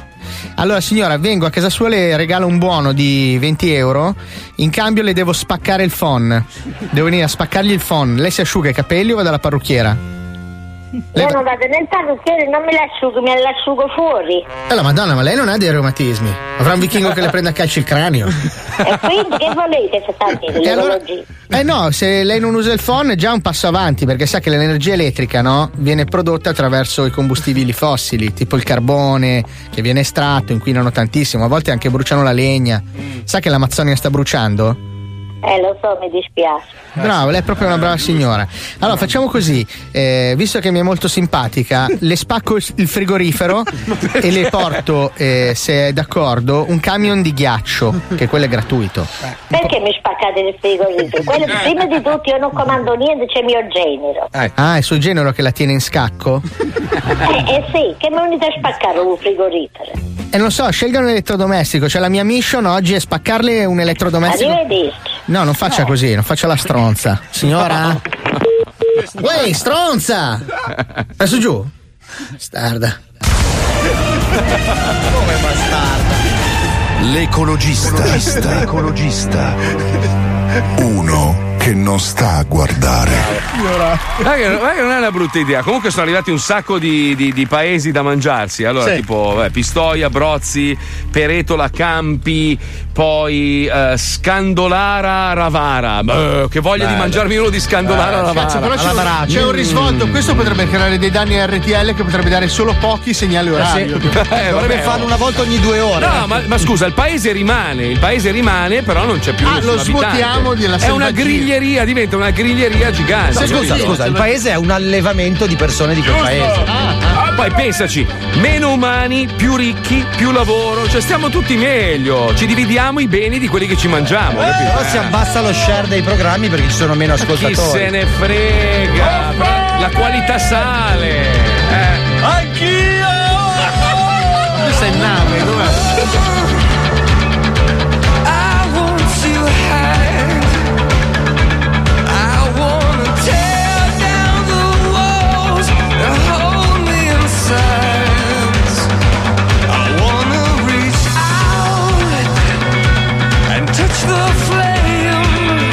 S7: Allora signora, vengo a casa sua, le regalo un buono di 20 euro, in cambio le devo spaccare il phon. Devo venire a spaccargli il phon. Lei si asciuga i capelli o va dalla parrucchiera?
S27: Io non vado nel parrucchiere, non me l'asciugo, me l'asciugo fuori.
S7: Allora Eh, madonna, ma lei non ha dei reumatismi. Avrà un vichingo che le prende a calci il cranio.
S27: E quindi che volete se state
S7: E allora-
S27: dell'ecologia?
S7: Eh no, se lei non usa il phon è già un passo avanti, perché sa che l'energia elettrica, no? Viene prodotta attraverso i combustibili fossili, tipo il carbone che viene estratto, inquinano tantissimo, a volte anche bruciano la legna. Sa che l'Amazzonia sta bruciando?
S27: Eh, lo so, mi dispiace.
S7: Bravo, lei è proprio una brava signora. Allora, facciamo così: eh, visto che mi è molto simpatica, le spacco il il frigorifero e le porto, eh, se è d'accordo, un camion di ghiaccio, che quello è gratuito.
S27: Perché mi spaccate il frigorifero? Quello, prima di tutto io non comando niente, c'è mio genero.
S7: Ah, è suo genero che la tiene in scacco?
S27: Eh, eh sì, che mi venite a spaccare un frigorifero.
S7: E Eh, non so, scelga un elettrodomestico. Cioè, la mia mission oggi è spaccarle un elettrodomestico.
S27: Arrivederci.
S7: No, non faccia così, non faccia la stronza. Signora? Uè, stronza! Adesso giù. Starda.
S1: Come bastarda?
S12: L'ecologista. L'ecologista. Uno che non sta a guardare.
S4: Guarda che, guarda che non è una brutta idea. Comunque sono arrivati un sacco di, di- di paesi da mangiarsi. Allora,
S19: Sì.
S4: tipo vabbè, Pistoia, Brozzi, Peretola, Campi, poi eh, Scandolara, Ravara. Beh, che voglia di
S3: Bello. Eh,
S4: mangiarmi uno di Scandolara, Ravara.
S3: Cazzo, però c'è, un- c'è un risvolto. Questo potrebbe creare dei danni a RTL che potrebbe dare solo pochi segnali orari.
S4: Eh, vabbè,
S3: Dovrebbe
S4: oh.
S3: farlo
S1: una volta ogni due ore.
S4: No, ma, ma scusa, il paese rimane, il paese rimane, però non c'è più
S3: Ah,
S4: nessun
S3: lo svuotiamo
S4: abitante.
S3: della
S4: È una
S3: selvaggina.
S4: griglieria, diventa una griglieria
S3: Eh,
S4: gigante.
S24: No, scusa,
S4: Capito?
S24: scusa, il paese è un allevamento di persone di quel paese. ah.
S4: Ah, Poi pensaci, meno umani, più ricchi, più lavoro, cioè stiamo tutti meglio, ci dividiamo i beni di quelli che ci mangiamo.
S3: Eh.
S4: capito?
S24: Eh, Però si abbassa lo share dei programmi perché ci sono meno
S4: Chi se
S24: ascoltatori.
S4: ne frega, ma la qualità sale. Eh.
S16: Anch'io! Tu sei nave, dov'è?
S8: I want to hide. I wanna tear down the walls that hold me inside. I wanna reach out and touch the flame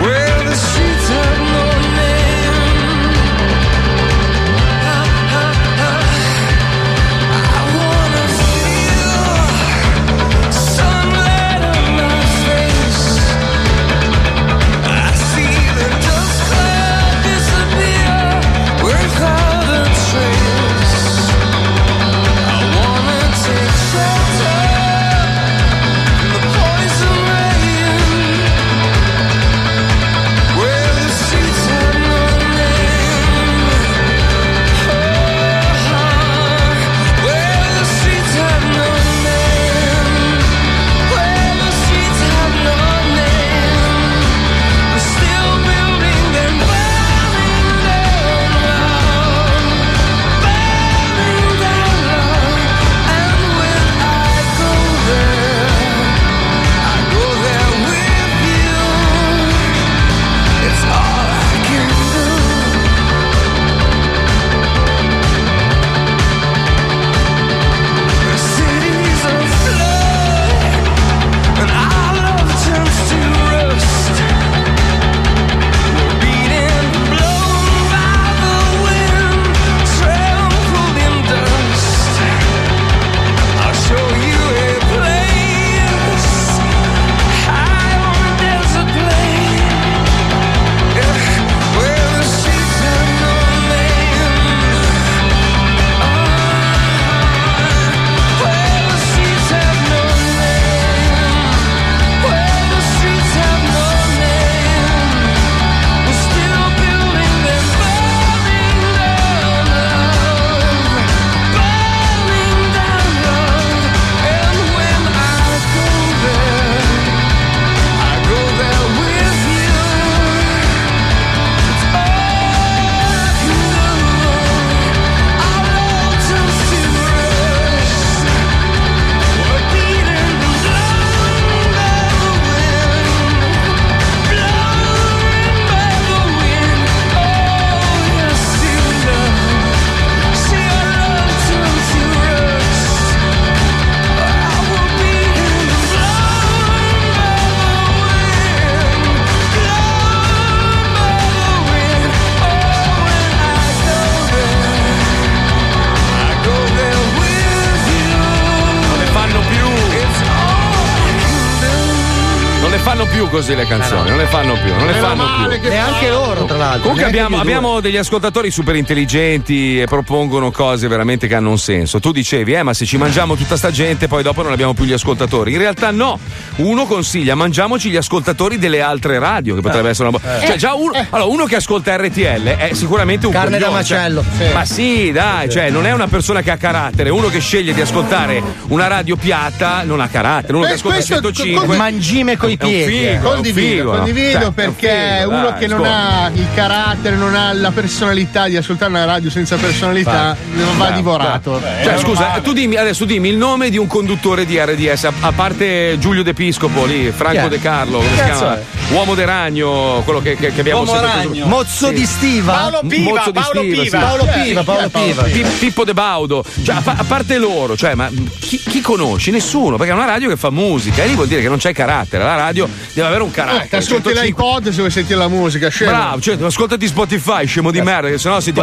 S8: where the sheets have no name. I wanna feel. Sunlight on my face. I see the dust cloud disappear without a trace. I wanna take shelter from the poison rain, where the streets have no name. Where the streets have no name. Where the streets have no name. We're still building them, burning them down, burning them down. And when I go there, I go there with you. It's all I can do. Cities afloat, and our love turns to rust. We're beaten, blown by the wind, trampled in dust. I'll show you a place high on a desert plain, where the streets have no name. Where the streets have no name. Where the streets have no name. We're still building them, burning down love, burning down love. And when I go there, I go there with you. It's all I can do. Our love turns to rust.
S4: Non le fanno più. Non le fanno più così le
S24: Eh,
S4: canzoni, non le fanno più, non le fanno più.
S1: Neanche loro, tra l'altro.
S4: Comunque
S1: Esatto. neanche
S4: abbiamo,
S1: gli due.
S4: abbiamo degli ascoltatori super intelligenti e propongono cose veramente che hanno un senso. Tu dicevi, eh, ma se ci mangiamo tutta sta gente, poi dopo non abbiamo più gli ascoltatori. In realtà no, uno consiglia mangiamoci gli ascoltatori delle altre radio, che potrebbe essere una buona.
S1: Eh.
S4: Cioè, già uno. Allora, uno che ascolta RTL è sicuramente un
S1: Carne da
S4: coglione, cioè-
S1: macello.
S4: Ma sì, dai, cioè, non è una persona che ha carattere. Uno che sceglie di ascoltare una radio piatta non ha carattere.
S1: Eh,
S4: Uno che
S3: Questo-
S4: ascolta
S3: questo-
S4: 105.
S3: con-
S1: mangime coi
S4: È un figo, è un
S3: condivido,
S4: figo, no?
S3: condivido
S4: Cioè, è un
S3: perché
S4: figo,
S3: uno
S4: dai,
S3: che non
S4: scusa.
S3: ha il carattere, non ha la personalità di ascoltare una radio senza personalità, non va
S4: Bravo,
S3: divorato. Eh,
S4: bravo. Cioè, scusa, tu dimmi, adesso dimmi il nome di un conduttore di RDS, a, a parte Giulio De Piscopo lì, Franco
S1: Chi è?
S4: De Carlo,
S1: Chi
S4: come si
S1: cazzo
S4: chiama?
S1: è?
S4: Uomo de ragno, quello che, che- che abbiamo
S1: Uomo
S4: sempre
S1: ragno.
S4: preso-
S1: Mozzo di stiva? Paolo Piva,
S4: Mozzo di
S1: Paolo
S4: stiva,
S1: Piva.
S4: sì.
S1: Paolo
S4: Chi è?
S1: Piva,
S4: Chi è
S1: Paolo Piva.
S4: Pi- Pippo De Baudo, cioè, a, pa- a parte loro, cioè, ma chi, chi conosci? Nessuno, perché è una radio che fa musica, e lì vuol dire che non c'è carattere, la radio deve
S1: Eh,
S4: avere un
S3: Ah, ti
S4: carattere.
S3: ascolti
S4: 105
S3: l'iPod se vuoi sentire la musica, scemo.
S4: ecco, Bravo, cioè, ascoltati Spotify, scemo di merda, che sennò si ti.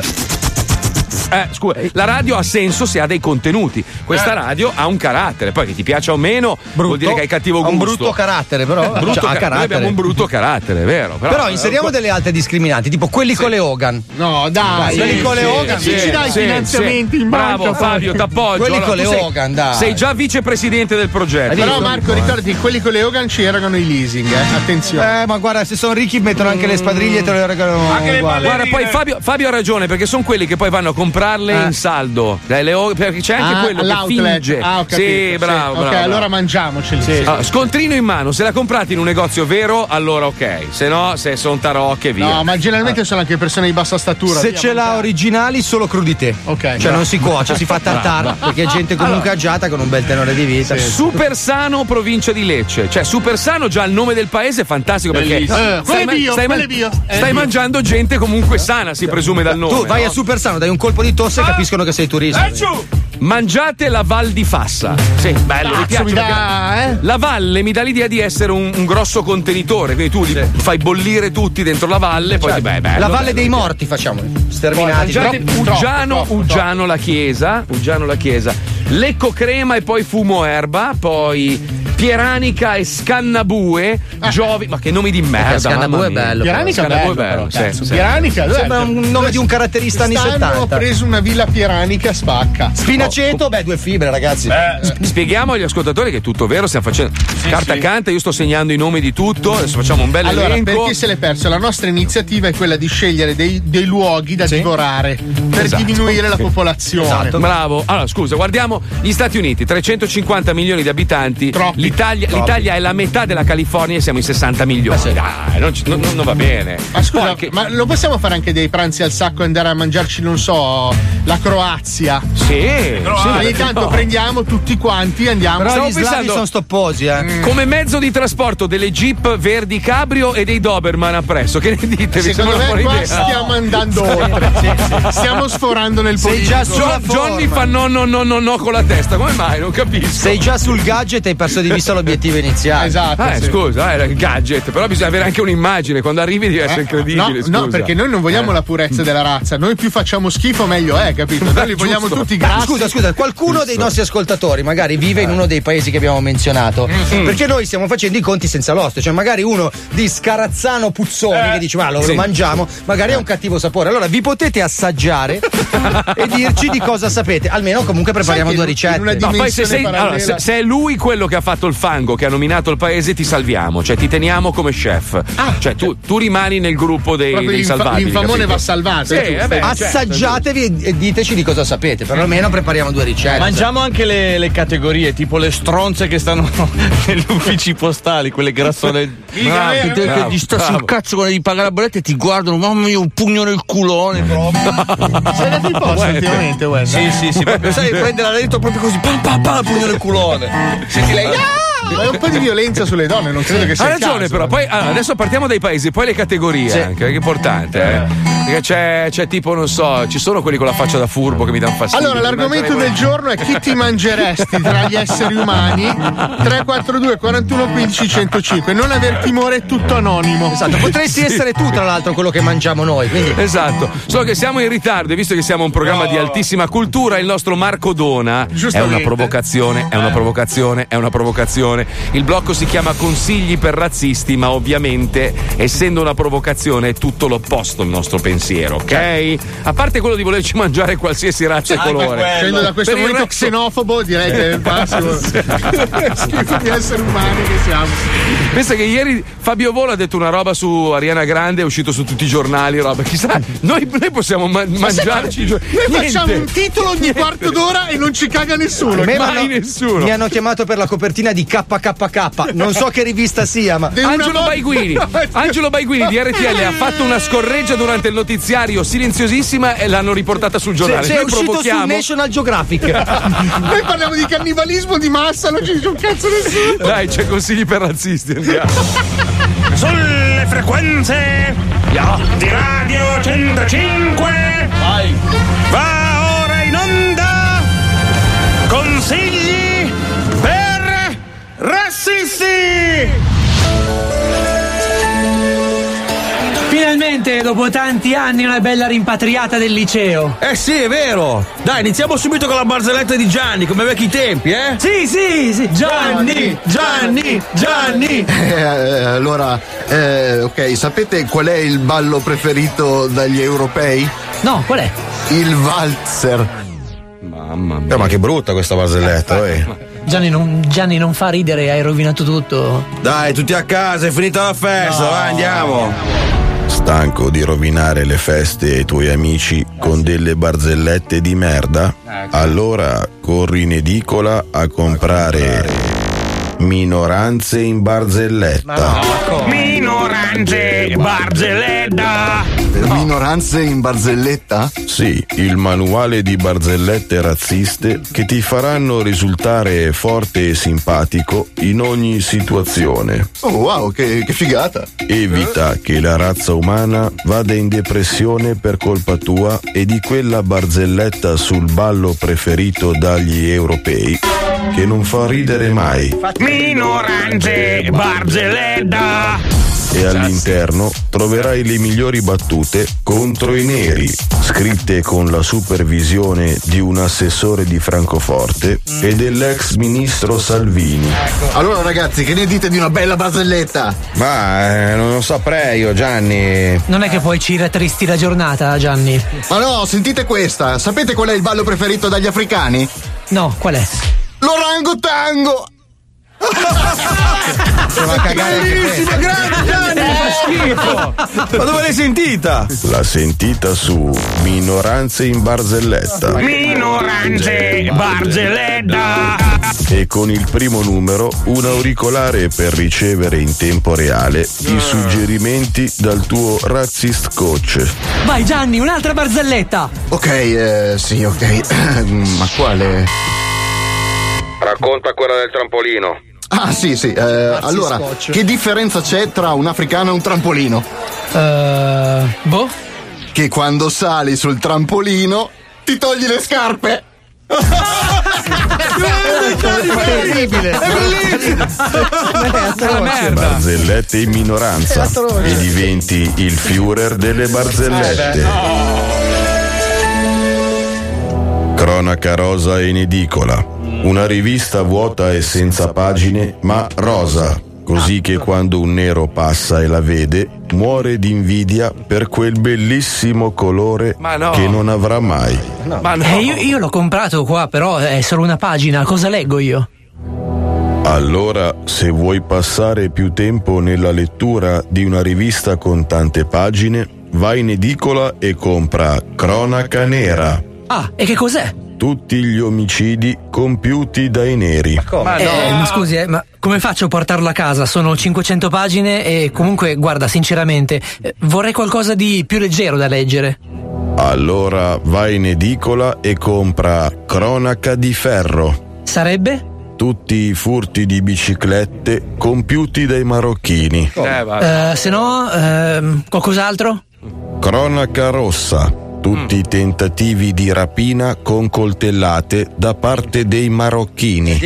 S4: Eh, scusa, la radio ha senso se ha dei contenuti. Questa radio ha un carattere, poi che ti piaccia o meno, vuol dire che hai cattivo
S1: Ha
S4: gusto.
S1: un brutto carattere, però,
S4: Eh, brutto
S1: cioè,
S4: ca-
S1: ha
S4: Noi
S1: carattere.
S4: abbiamo un brutto carattere, è vero. Però,
S24: Però, inseriamo
S4: eh,
S24: delle altre discriminanti, tipo quelli con le Hogan.
S3: No, dai.
S24: quelli con le Hogan
S4: sì,
S24: ci dai
S4: sì,
S24: finanziamenti
S4: sì.
S24: in banca,
S4: Bravo
S24: poi.
S4: Fabio, t'appoggio.
S24: Quelli
S4: Allora,
S24: con
S4: tu
S24: le
S4: sei-
S24: Hogan, dai.
S4: Sei già vicepresidente del progetto.
S3: Però Marco, ricordati, quelli con le Hogan ci erano i leasing, eh. attenzione.
S1: Eh, ma guarda, se sono ricchi mettono anche le spadriglie e te le regalano. uguali.
S4: Guarda, poi Fabio, Fabio ha ragione perché sono quelli che poi vanno a comprarle in saldo. Dai, le o- perché c'è anche
S3: Ah,
S4: quello
S3: all'outlet.
S4: che finge.
S3: Ah, ho capito.
S4: Sì, bravo,
S3: Ok,
S4: bravo, bravo.
S3: allora mangiamoceli. Ah,
S4: Allora, Ah, scontrino in mano, se la comprate in un negozio vero, allora ok. Se no, se sono tarocche, via.
S3: No, ma generalmente sono anche persone di bassa statura.
S1: Se
S3: via,
S1: ce l'ha
S3: mangiare.
S1: originali, solo crudité.
S3: Ok.
S1: Cioè, non si cuoce, si fa tartara.
S4: Bravo.
S1: Perché è gente comunque
S4: Allora.
S1: agiata con un bel tenore di vita.
S4: Super Sano, provincia di Lecce. Cioè, Super Sano, già il nome del paese è fantastico perché
S1: Bellissimo. Eh,
S4: stai,
S1: quello è bio,
S4: stai
S1: quello è bio. Eh,
S4: stai
S1: bio.
S4: mangiando gente comunque sana, si presume dal nome.
S1: Tu vai
S4: no? Ah! Eh!
S1: a Super Sano, dai un colpo di tosse e capiscono che sei turista.
S4: Ecco, Mangiate la Val di Fassa. Sì, bello, mi
S1: Cazzo,
S4: piace.
S1: mi dà, eh?
S4: perché la- La valle mi dà l'idea di essere un, un grosso contenitore, quindi tu li fai bollire tutti dentro la valle,
S1: Certo.
S4: poi beh, bello,
S1: Cioè, la Valle
S4: bello.
S1: dei Morti facciamo. Sterminati.
S4: Mangiate Uggiano, Uggiano la chiesa, Uggiano la chiesa, lecco crema e poi fumo erba, poi Pieranica e Scannabue, Giovi, ma che nomi di merda.
S1: Scannabue
S4: mamma
S1: è
S4: mia.
S1: bello,
S3: Ah. Pieranica è
S4: Scannabue
S3: bello, però,
S4: sì,
S3: cazzo.
S4: sì.
S3: Pieranica, eh, dov'è?
S1: Sembra un nome di un caratterista anni
S3: Quest'anno
S1: 70.
S3: ho preso una villa Pieranica spacca.
S1: Spinaceto, beh, due fibre, ragazzi.
S3: eh,
S4: Sp- Spieghiamo agli ascoltatori che è tutto vero, stiamo facendo carta canta, io sto segnando i nomi di tutto, adesso facciamo un bel
S3: allora,
S4: elenco.
S3: per chi se l'è perso, la nostra iniziativa è quella di scegliere dei, dei luoghi da divorare per
S4: Esatto.
S3: diminuire la
S4: Sì.
S3: popolazione.
S4: Esatto, bravo. Allora, scusa, guardiamo gli Stati Uniti, 350 milioni di abitanti. L'Italia,
S3: Troppi.
S4: l'Italia è la metà della California e siamo in 60 milioni. Dai, non, ci- non- non va bene.
S3: Ma scusa, ma lo possiamo fare anche dei pranzi al sacco e andare a mangiarci, non so, la Croazia?
S4: Sì, sì,
S3: Ogni tanto
S4: no.
S3: prendiamo tutti quanti e andiamo.
S4: Stavo pensando-
S1: stopposi, eh.
S4: Come mezzo di trasporto delle Jeep verdi Cabrio e dei Doberman appresso, che ne dite? Vi
S3: Secondo
S4: sembra buona
S3: me qua
S4: idea?
S3: stiamo andando oltre. Stiamo sforando nel
S1: Sei
S3: politico.
S1: già sulla
S4: Gio- Johnny
S1: forma.
S4: fa no, no, no, no, no con la testa, come mai? Non capisco.
S1: Sei già sul gadget e hai perso di vista l'obiettivo iniziale.
S4: Eh, scusa, era il gadget, però bisogna avere anche un'immagine, quando arrivi devi essere
S3: No,
S4: incredibile.
S3: Eh? no,
S4: scusa.
S3: perché noi non vogliamo
S4: Eh.
S3: la purezza della razza, noi più facciamo schifo meglio è, capito? Noi li vogliamo
S1: Giusto.
S3: tutti
S1: Ma
S3: grassi.
S1: Scusa, scusa, qualcuno dei nostri ascoltatori magari vive in uno dei paesi che abbiamo menzionato.
S24: Mm.
S1: Perché noi stiamo facendo i conti senza l'oste. Cioè, magari uno di Scarazzano Puzzoni che dice, ma lo, lo
S24: Sì.
S1: mangiamo, magari ha un cattivo sapore. Allora vi potete assaggiare e dirci di cosa sapete. Almeno comunque prepariamo
S4: Sai che
S1: due
S4: in-
S1: ricette.
S4: in una No, poi se, sei- allora, se- se è lui quello che ha fatto il fango, che ha nominato il paese, ti salviamo, cioè ti teniamo come chef. cioè tu, tu rimani nel gruppo dei,
S3: Ah, Proprio
S4: dei
S3: l'infa-
S4: salvati.
S3: l'infamone va salvato,
S4: Sì,
S3: è giusto.
S4: eh beh, cioè,
S1: certo. Assaggiatevi e- e diteci di cosa sapete. Perlomeno prepariamo due
S4: cioè.
S1: ricette.
S22: Mangiamo anche le, le categorie, tipo le stronze che stanno negli uffici postali, quelle grassone.
S4: Bravo,
S22: che te-
S4: bravo,
S22: che ti sta
S4: bravo.
S22: sul cazzo quando devi pagare la bolletta e ti guardano, mamma mia, un pugno nel culone.
S3: Sei andato in posto ultimamente, Wes?
S22: Sì, sì, sì, proprio sai, prendere la dentro proprio così, pam pam pam, pugno nel culone. Senti lei.
S3: Ma è un po' di violenza sulle donne, non credo che sia
S4: Ha
S3: il
S4: ragione,
S3: caso. eh.
S4: però. Poi, allora, adesso partiamo dai paesi, poi le categorie
S3: Sì.
S4: anche, che è importante. eh. Perché c'è, c'è tipo, non so, ci sono quelli con la faccia da furbo che mi danno fastidio.
S3: Allora, l'argomento
S4: Mangerei-
S3: del giorno è chi ti mangeresti tra gli esseri umani 342 41 15 105. Non aver timore è tutto anonimo.
S1: Esatto, potresti
S4: Sì.
S1: essere tu, tra l'altro, quello che mangiamo noi. Quindi.
S4: Esatto, solo che siamo in ritardo e visto che siamo un programma di altissima cultura, il nostro Marco Dona è una
S1: Giustamente.
S4: provocazione, è una provocazione, è una provocazione, provocazione. Il blocco si chiama Consigli per razzisti, ma ovviamente, essendo una provocazione, è tutto l'opposto il nostro pensiero, ok? A parte quello di volerci mangiare qualsiasi razza e
S3: Anche
S4: colore.
S3: Scendo da questo
S4: Per il
S3: momento
S4: resto-
S3: xenofobo, direi che è il massimo. Schifo di esseri umani che siamo.
S4: Pensa che ieri Fabio Volo ha detto una roba su Ariana Grande, è uscito su tutti i giornali, roba. Chissà, noi, noi possiamo ma-
S3: Ma sai,
S4: mangiarci.
S3: Noi facciamo un titolo ogni
S4: Niente.
S3: quarto d'ora e non ci caga nessuno.
S24: A me
S3: Mai
S24: m'hanno- Mi hanno chiamato per la copertina di KKK. Non so che rivista sia, ma.
S4: Angelo Baiguini, Angelo Baiguini di RTL ha fatto una scorreggia durante il notiziario silenziosissima e l'hanno riportata sul giornale.
S24: Sì, sì, è
S4: Noi
S24: uscito
S4: provochiamo.
S24: su National Geographic.
S3: Noi parliamo di cannibalismo di massa, non ci dice un cazzo nessuno.
S4: Dai, c'è consigli per razzisti, andiamo.
S19: Sulle frequenze di Radio 105 va ora in onda consigli per rassisti.
S11: Finalmente, dopo tanti anni, una bella rimpatriata del liceo.
S28: Eh sì, è vero. Dai, iniziamo subito con la barzelletta di Gianni, come ai vecchi tempi, eh?
S11: Sì, sì, sì.
S28: Gianni, Gianni, Gianni.
S15: Eh, allora, eh, ok, sapete qual è il ballo preferito dagli europei?
S11: No, qual è?
S15: Il valzer.
S4: Mamma mia.
S15: Eh, ma che brutta questa barzelletta,
S11: Gianni non, Gianni non fa ridere, hai rovinato tutto.
S15: Dai, tutti a casa, è finita la festa, vai, andiamo. Stanco di rovinare le feste ai tuoi amici con delle barzellette di merda? Allora corri in edicola a comprare minoranze in barzelletta.
S19: Minoranze, barzelletta.
S15: Minoranze in barzelletta? Sì, il manuale di barzellette razziste che ti faranno risultare forte e simpatico in ogni situazione. Oh wow, che, figata! Evita che la razza umana vada in depressione per colpa tua e di quella barzelletta sul ballo preferito dagli europei che non fa ridere mai.
S19: Minoranze, barzelletta.
S15: E all'interno troverai le migliori battute contro i neri, scritte con la supervisione di un assessore di Francoforte e dell'ex ministro Salvini. Allora ragazzi, che ne dite di una bella barzelletta? Ma eh, non lo saprei io Gianni.
S11: Non è che poi ci rattristi la giornata, Gianni.
S15: Ma no, sentite questa. Sapete qual è il ballo preferito dagli africani?
S11: No, qual è?
S15: L'orango tango!
S19: Bellissima, grande Gianni, fa schifo.
S15: Ma dove l'hai sentita? L'ha sentita su Minoranze in Barzelletta.
S19: Minoranze, barzelletta.
S15: E con il primo numero un auricolare per ricevere in tempo reale i suggerimenti dal tuo razzist coach.
S11: Vai, Gianni, un'altra barzelletta.
S15: Ok, sì, ok. Eh, Ma quale?
S13: Racconta quella del trampolino.
S15: Ah, sì, sì. eh, allora,
S13: scotch.
S15: che differenza c'è tra un africano e un trampolino?
S11: boh.
S15: Che quando sali sul trampolino ti togli le scarpe.
S16: Terribile. È bellissimo.
S15: Barzellette in minoranza e diventi il Führer delle
S8: Eh
S15: barzellette. Cronaca rosa in edicola. Una rivista vuota e senza pagine, ma rosa. Così che quando un nero passa e la vede, muore di invidia per quel bellissimo colore che non avrà mai.
S11: Eh, io, io l'ho comprato qua, però è solo una pagina. Cosa leggo io?
S15: Allora, se vuoi passare più tempo nella lettura di una rivista con tante pagine, vai in edicola e compra Cronaca Nera.
S11: Ah, e che cos'è?
S15: Tutti gli omicidi compiuti dai neri.
S11: Eh, ma scusi, eh, ma come faccio a portarlo a casa? Sono 500 pagine e comunque, guarda, sinceramente, eh, vorrei qualcosa di più leggero da leggere.
S15: Allora vai in edicola e compra Cronaca di Ferro.
S11: Sarebbe?
S15: Tutti i furti di biciclette compiuti dai marocchini.
S11: Eh, se no, ehm, qualcos'altro?
S15: Cronaca rossa. Tutti i tentativi di rapina con coltellate da parte dei marocchini.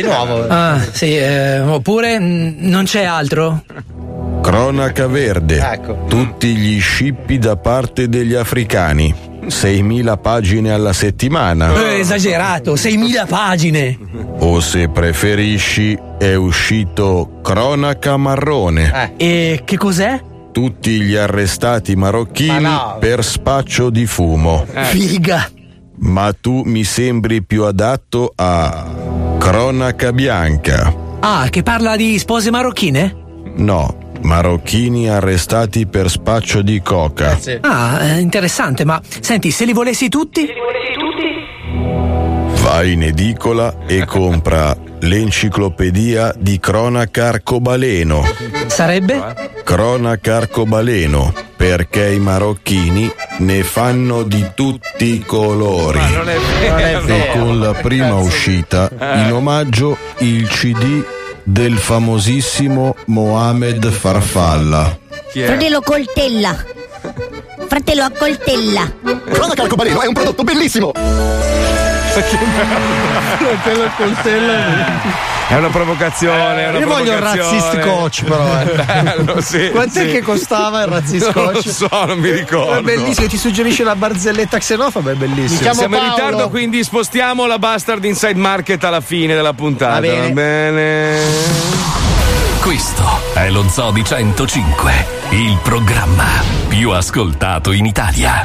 S11: Ah, sì, eh, oppure mh, non c'è altro?
S15: Cronaca verde. Tutti gli scippi da parte degli africani. 6.000 pagine alla settimana.
S11: Eh, esagerato, 6.000 pagine.
S15: O se preferisci, è uscito Cronaca Marrone.
S11: Eh. E che cos'è?
S15: Tutti gli arrestati marocchini
S11: Ma no. Eh.
S15: per spaccio di fumo.
S11: Figa.
S15: Ma tu mi sembri più adatto a Cronaca Bianca.
S11: Ah, che parla di spose marocchine?
S15: No, marocchini arrestati per spaccio di coca.
S11: Ah, eh, interessante, ma senti, se li volessi tutti?
S15: Vai in edicola e compra l'enciclopedia di cronaca arcobaleno. Eh.
S11: Sarebbe?
S15: Cronaca arcobaleno, perché i marocchini ne fanno di tutti i colori.
S4: non è vero. Eh.
S15: E con la prima uscita, in omaggio, il CD del famosissimo Mohamed Farfalla.
S27: Fratello coltella. Fratello a coltella.
S15: Cronaca Arcobaleno è un prodotto bellissimo.
S3: Fratello
S4: È una provocazione. È una
S1: Io voglio il
S4: provocazione.
S1: razzist coach, però. eh.
S4: Bello, sì.
S1: Quant'è
S4: sì.
S1: che costava il
S4: Non
S1: razzist coach?
S4: lo so, non
S24: Eh,
S4: mi ricordo.
S1: È bellissimo, ti suggerisce la barzelletta xenofoba, è bellissimo.
S4: Siamo in ritardo, quindi spostiamo la Bastard Inside Market alla fine della puntata. Va bene.
S2: Questo è lo Zoo di 105, il programma più ascoltato in Italia.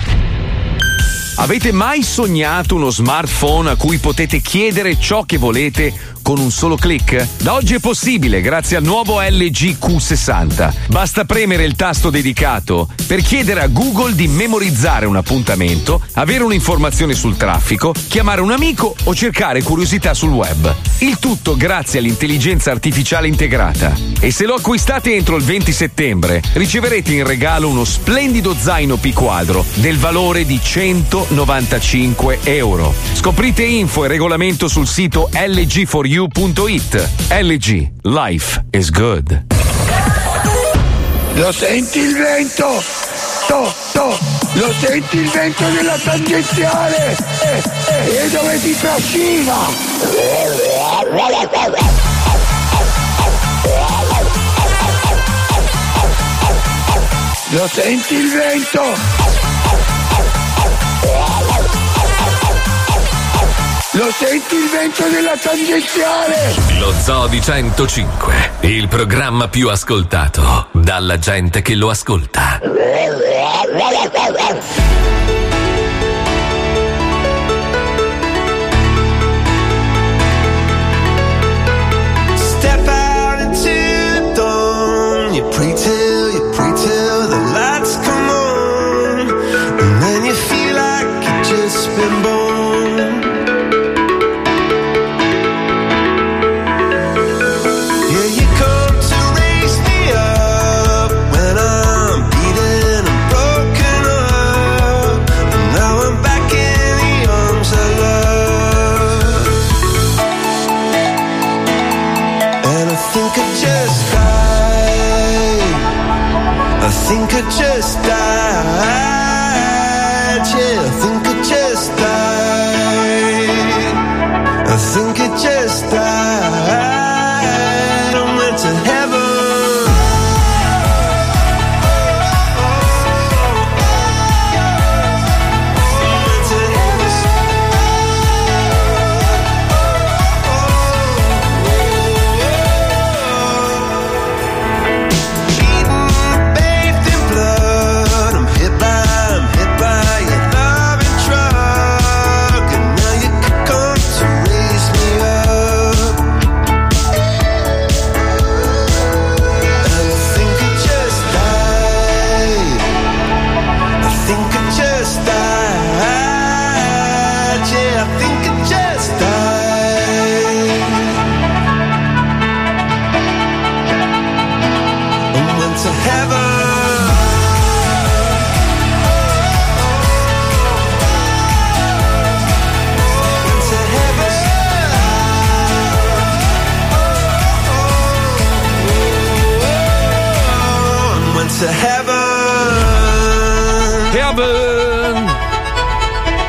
S4: Avete mai sognato uno smartphone a cui potete chiedere ciò che volete con un solo click? Da oggi è possibile grazie al nuovo LG Q60. Basta premere il tasto dedicato per chiedere a Google di memorizzare un appuntamento, avere un'informazione sul traffico, chiamare un amico o cercare curiosità sul web. Il tutto grazie all'intelligenza artificiale integrata. E se lo acquistate entro il 20 settembre, riceverete in regalo uno splendido zaino P quadro del valore di 195 euro. Scoprite info e regolamento sul sito lg4u.it. LG Life is good.
S25: Lo senti il vento? To, to. Lo senti il vento della tangenziale? Eh, eh, E dove ti trascina? Lo senti il vento? Lo senti il vento della tangenziale?
S2: Lo Zoo di 105, il programma più ascoltato dalla gente che lo ascolta.
S8: Step out into the dawn. You pray till, you pray till the lights come on. And then you feel like you've just been born. Yeah, you come to raise me up when I'm beaten and broken up. And now I'm back in the arms of love. And I think I just died. I think I just died. Yeah, I think I just died. I think I just died. I went to heaven. I went to Bathed in blood, I'm hit by, I'm hit by your loving truck, and now you come to raise me up. And I think I just died. I think I just died. Yeah, I think I just died. I went to heaven. Went to heaven. Went to heaven.
S4: Heaven.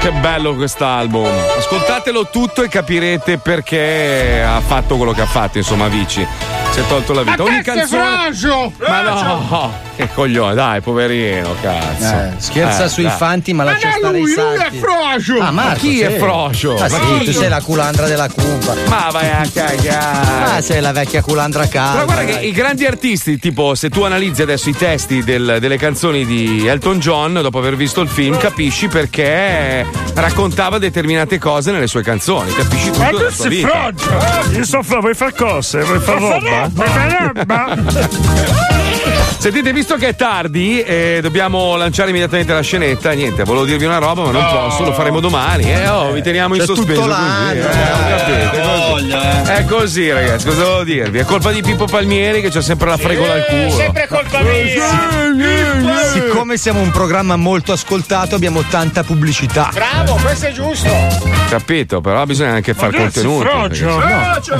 S4: Che bello quest'album. Ascoltatelo tutto e capirete perché ha fatto quello che ha fatto, insomma, Vici. si è tolto la vita. Ogni
S3: che
S4: canzone.
S3: fragio!
S4: Ma no, che coglione, dai, poverino, cazzo.
S24: Eh, scherza
S4: Dai,
S24: sui
S4: dai.
S24: fanti, ma lascia stare i salti.
S3: Frogio!
S24: Ah, Marco,
S4: chi è
S24: sì.
S4: Frogio?
S24: Ma
S4: Ma
S24: sì,
S4: chi?
S24: tu sei la culandra della cupa.
S4: Ma vai a cagare.
S24: Ma sei la vecchia culandra calda.
S4: Però guarda che
S24: dai.
S4: i grandi artisti, tipo se tu analizzi adesso i testi del- delle canzoni di Elton John, dopo aver visto il film, capisci perché raccontava determinate cose nelle sue canzoni, capisci tutto
S9: Ma
S4: della
S9: tu
S4: sua
S9: sei
S4: vita.
S9: froggio! Io so fra, vuoi far cose? Vuoi far
S4: Vuoi
S9: roba?
S4: far
S9: Vuoi far roba?
S4: Sentite, visto che è tardi e dobbiamo lanciare immediatamente la scenetta, niente, volevo dirvi una roba, ma non posso, lo faremo domani. Eh, oh, vi teniamo in
S10: C'è
S4: sospeso.
S10: tutto
S4: così,
S10: l'anno,
S4: eh,
S10: eh,
S4: capite,
S10: ho
S4: così.
S26: eh.
S4: È così, ragazzi, cosa volevo dirvi? È colpa di Pippo Palmieri che c'ha sempre la fregola al culo.
S10: colpa
S24: Siccome siamo un programma molto ascoltato, abbiamo tanta pubblicità.
S3: Bravo, questo è giusto!
S4: Capito, però bisogna anche far
S9: Ragazzi,
S4: contenuti.
S9: Frogio!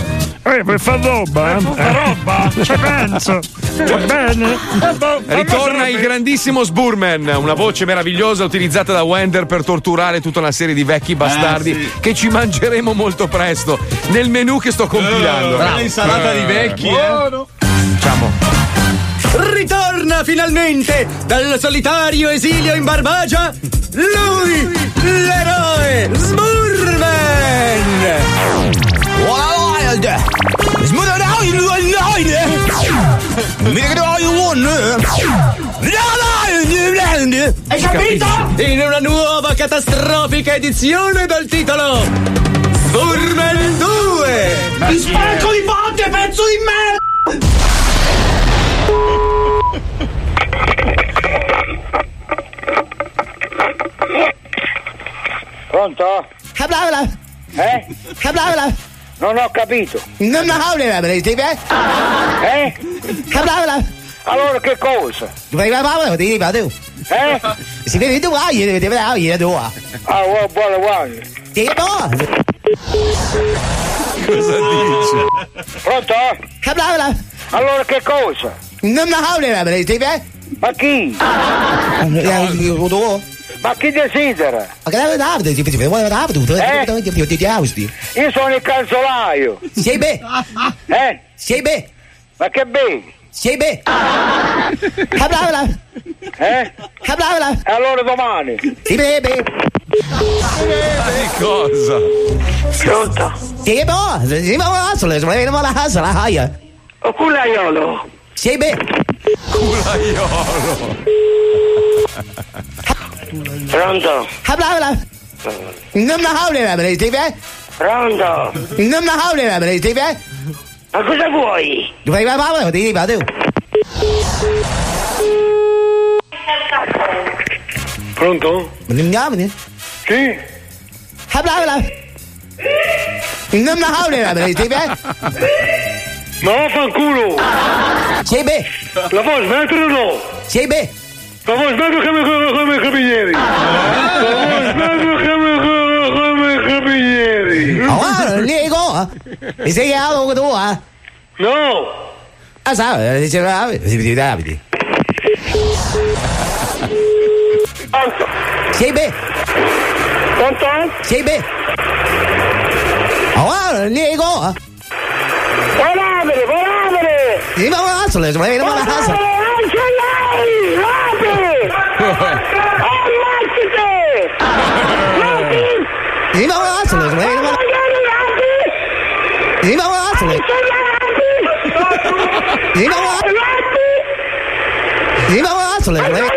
S4: perché-
S9: Eh, vuoi far roba? Vuoi far roba? Ci penso! Va bene?
S4: Cioè, Ritorna il grandissimo Sburman, una voce meravigliosa utilizzata da Wender per torturare tutta una serie di vecchi bastardi
S26: Eh, sì.
S4: che ci mangeremo molto presto nel menù che sto compilando.
S26: Eh, bella insalata di vecchi, eh. Buono.
S4: Diciamo.
S26: Ritorna finalmente dal solitario esilio in Barbagia lui, l'eroe Smurman! Wild! Smurman online! Mi credo one! Hai capito? In una nuova catastrofica edizione dal titolo Smurman 2!
S16: Ti spacco di botte, pezzo di merda!
S18: Pronto? Habla, Eh? Habla, Non ho capito. Non ho capito, eh? Eh? Habla, Allora che cosa? Tu vai a ti ripeto. Eh? Se devi tu vai, devi te la io tu. Ah, buono, buono, buono. Ti ripeto.
S4: Cosa dice?
S18: Pronto? Habla, Allora che cosa? Non ho capito, eh? Ti Ma chi? Ah, Ma chi desidera? Ma che deve darti? Ti vuole darti? Ti ti ti ti austi. Io sono il calzolaio. Sei be? Eh? Sei be? Ma che be? Sei be? Habla, habla. Eh? Habla, habla. Allora domani. Ti bebe.
S4: cosa?
S18: Pronto? Sì, boh, sì, ma la sola, ma la la casa, la haia. O culaiolo. Sì, beh.
S4: Culaiolo.
S18: Pronto? Habla, habla. Non la haulera, per ti eh? Pronto? Non la haulera, per ti eh? Ma cosa vuoi? Dove vai, Paolo? Ti dico, tu. Pronto? Andiamone? Sì. Habla, habla. Non la haulera, per ti eh? Ma vaffanculo! Sì, beh. La vuoi smettere o no? Sì, beh. La vuoi smettere come, come, come carabinieri?
S13: come carabinieri.
S18: Ah, Lego! Mi sei chiamato tu, eh? No! Ah, sai, diceva Davide. Davide. Sei beh! Pronto? Sei beh! Ah, Lego! Volabile, volabile! Sì, ma la sola, ma la sola! Anche lei! Sì, ma la sola, ma la sola! Sì, ma la sola! Sì, ma la Sì, ma la sola, ma la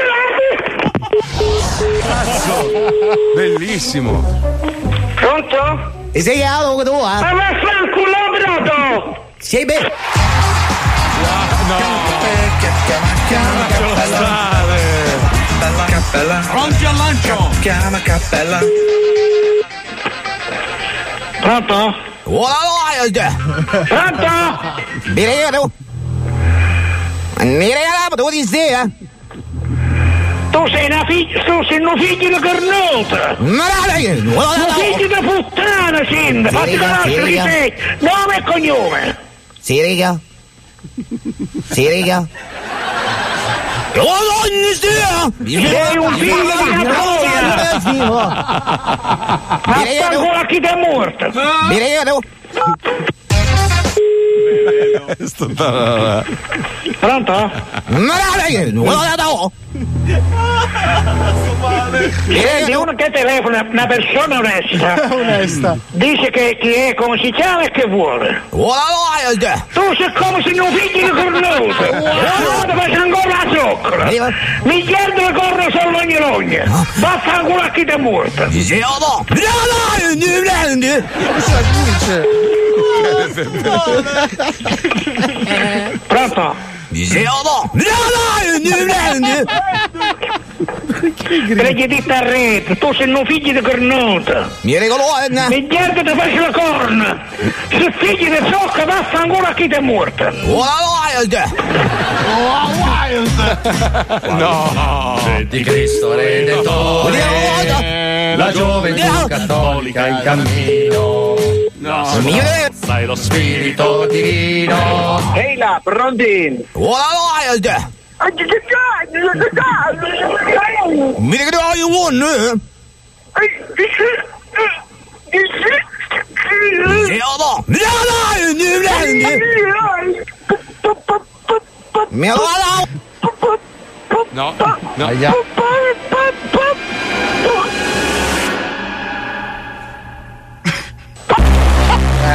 S4: Cazzo! Bellissimo!
S18: Pronto? E sei chiamato tu, eh? Ma vaffanculo, Brodo! Sei bene?
S20: Cappella, cappella. Pronti al lancio! Chiama cappella.
S18: Pronto? Wild! Pronto? Mi regalo! Mi regalavo, devo dire eh? Tu sei una figlia, tu sei un figlio di cornuta! Ma dai!
S16: Un figlio
S18: di puttana,
S16: sembra. Fatti conoscere chi sei.
S18: Nome e cognome! Si riga! Si riga!
S16: Madonna stia! Sei un figlio di
S18: Ma
S16: Ma
S18: Vaffanculo
S16: a chi ti è morto!
S18: Mi regalo!
S4: Pronto?
S8: Senti, uno che telefona, una persona onesta, dice che chi è, Eh, come si chiama e che vuole. Tu sei come se non figli di cornuto. Allora faccio ancora la zoccola. Miliardo corro solo ogni logna. Vaffanculo a chi ti è morto. Pronto?
S18: Zero.
S8: Preghi di tarret, tu sei un figlio di cornuta. Mi regolona. Miliardo ti faccio la corna. Se figli di zocca, vaffanculo a chi ti è morto.
S18: No.
S1: Di Cristo Redentore, la gioventù cattolica in cammino. No,
S18: Signore.
S1: sai lo spirito divino.
S8: Ehi là, pronti?
S18: Mi ricordo io un Zero. Mi
S4: No, no.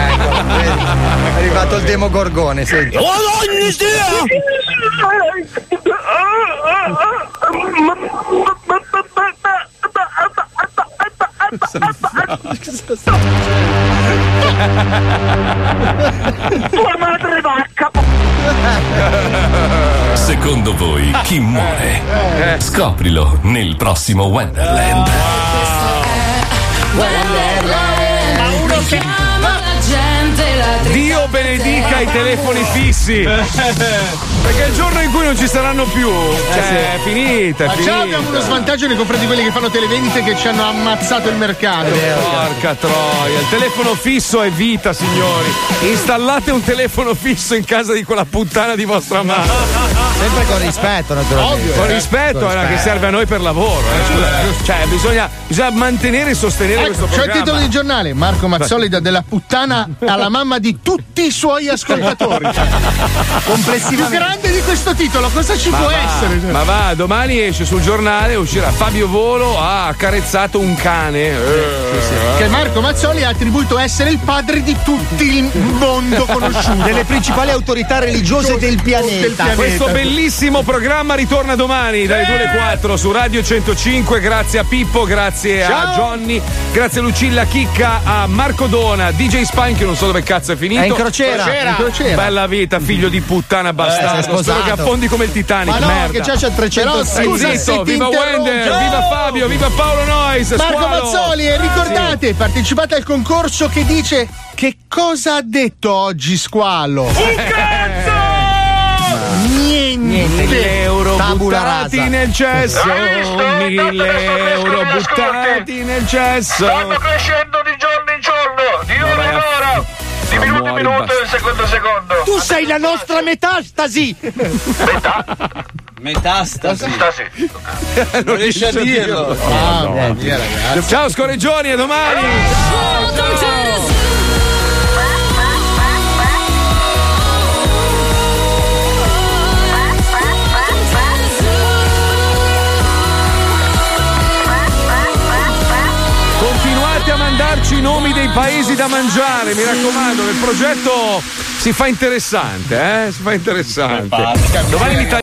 S29: È arrivato il demogorgone, senti.
S18: Tua madre vacca!
S2: Secondo voi chi
S4: Eh.
S2: muore? Scoprilo nel prossimo Wonderland.
S4: Ma uno che-
S30: la gente la
S4: Dio benedica i telefoni fissi.
S26: Eh.
S4: Perché il giorno in cui non ci saranno più, cioè, è finita. È
S3: Eh, Ma
S4: finita.
S3: già abbiamo uno svantaggio nei confronti di quelli che fanno televendite che ci hanno ammazzato il mercato.
S4: Porca troia, il telefono fisso è vita, signori. Installate un telefono fisso in casa di quella puttana di vostra madre.
S29: Sempre con rispetto, naturalmente.
S4: Con rispetto,
S29: Con
S4: eh, che serve a noi per lavoro. eh, scusa. Cioè, bisogna, bisogna mantenere e sostenere questo
S3: Ecco, c'è il
S4: programma.
S3: titolo di giornale. Marco Mazzoli dà della puttana alla mamma di tutti i suoi ascoltatori.
S4: Complessivamente.
S3: Più grande di questo titolo, cosa ci può
S4: va,
S3: essere?
S4: ma va, domani esce sul giornale, uscirà Fabio Volo ha accarezzato un cane. Eh, eh.
S3: Che Marco Mazzoli ha attribuito essere il padre di tutti il mondo conosciuto.
S4: Delle principali
S29: autorità religiose del pianeta. Eh.
S4: Questo bellissimo programma ritorna domani dalle 2 alle 4 su Radio 105. Grazie a Pippo, grazie a Johnny, grazie a Lucilla Chicca, a Marco Dona, DJ Spine che non so dove cazzo è finito.
S29: È in crociera, Crociera. in crociera. Eh,
S4: Bella vita, figlio di puttana
S29: si è
S4: bastardo.
S29: sposato.
S4: Spero che affondi come il Titanic,
S29: Ma no,
S4: merda.
S29: che già c'è 300
S4: Però stai
S29: scusa se
S4: zitto,
S29: ti
S4: viva
S29: interrompo.
S4: Wender,
S29: No.
S4: viva Fabio, viva Paolo Nois,
S3: Marco
S4: squalo.
S3: Mazzoli, e ricordate, partecipate al concorso che dice che cosa ha detto oggi Squalo?
S4: Eh. Niente, mille euro
S3: Tabula
S4: buttati
S3: rasa.
S4: nel cesso,
S3: Hai visto? Tanto
S4: mille euro buttati nel cesso.
S31: Stanno crescendo di giorno in giorno, di ora in ora, di minuto in minuto, di secondo in secondo.
S29: Tu sei la nostra metastasi!
S32: Metastasi.
S4: Non
S32: riesce a dirlo.
S4: Madonna mia, ragazzi. Ciao Scorreggioni, a domani. Continuate a mandarci i nomi dei paesi da mangiare, mi raccomando, il progetto si fa interessante, eh? Si fa interessante. Domani mi tag-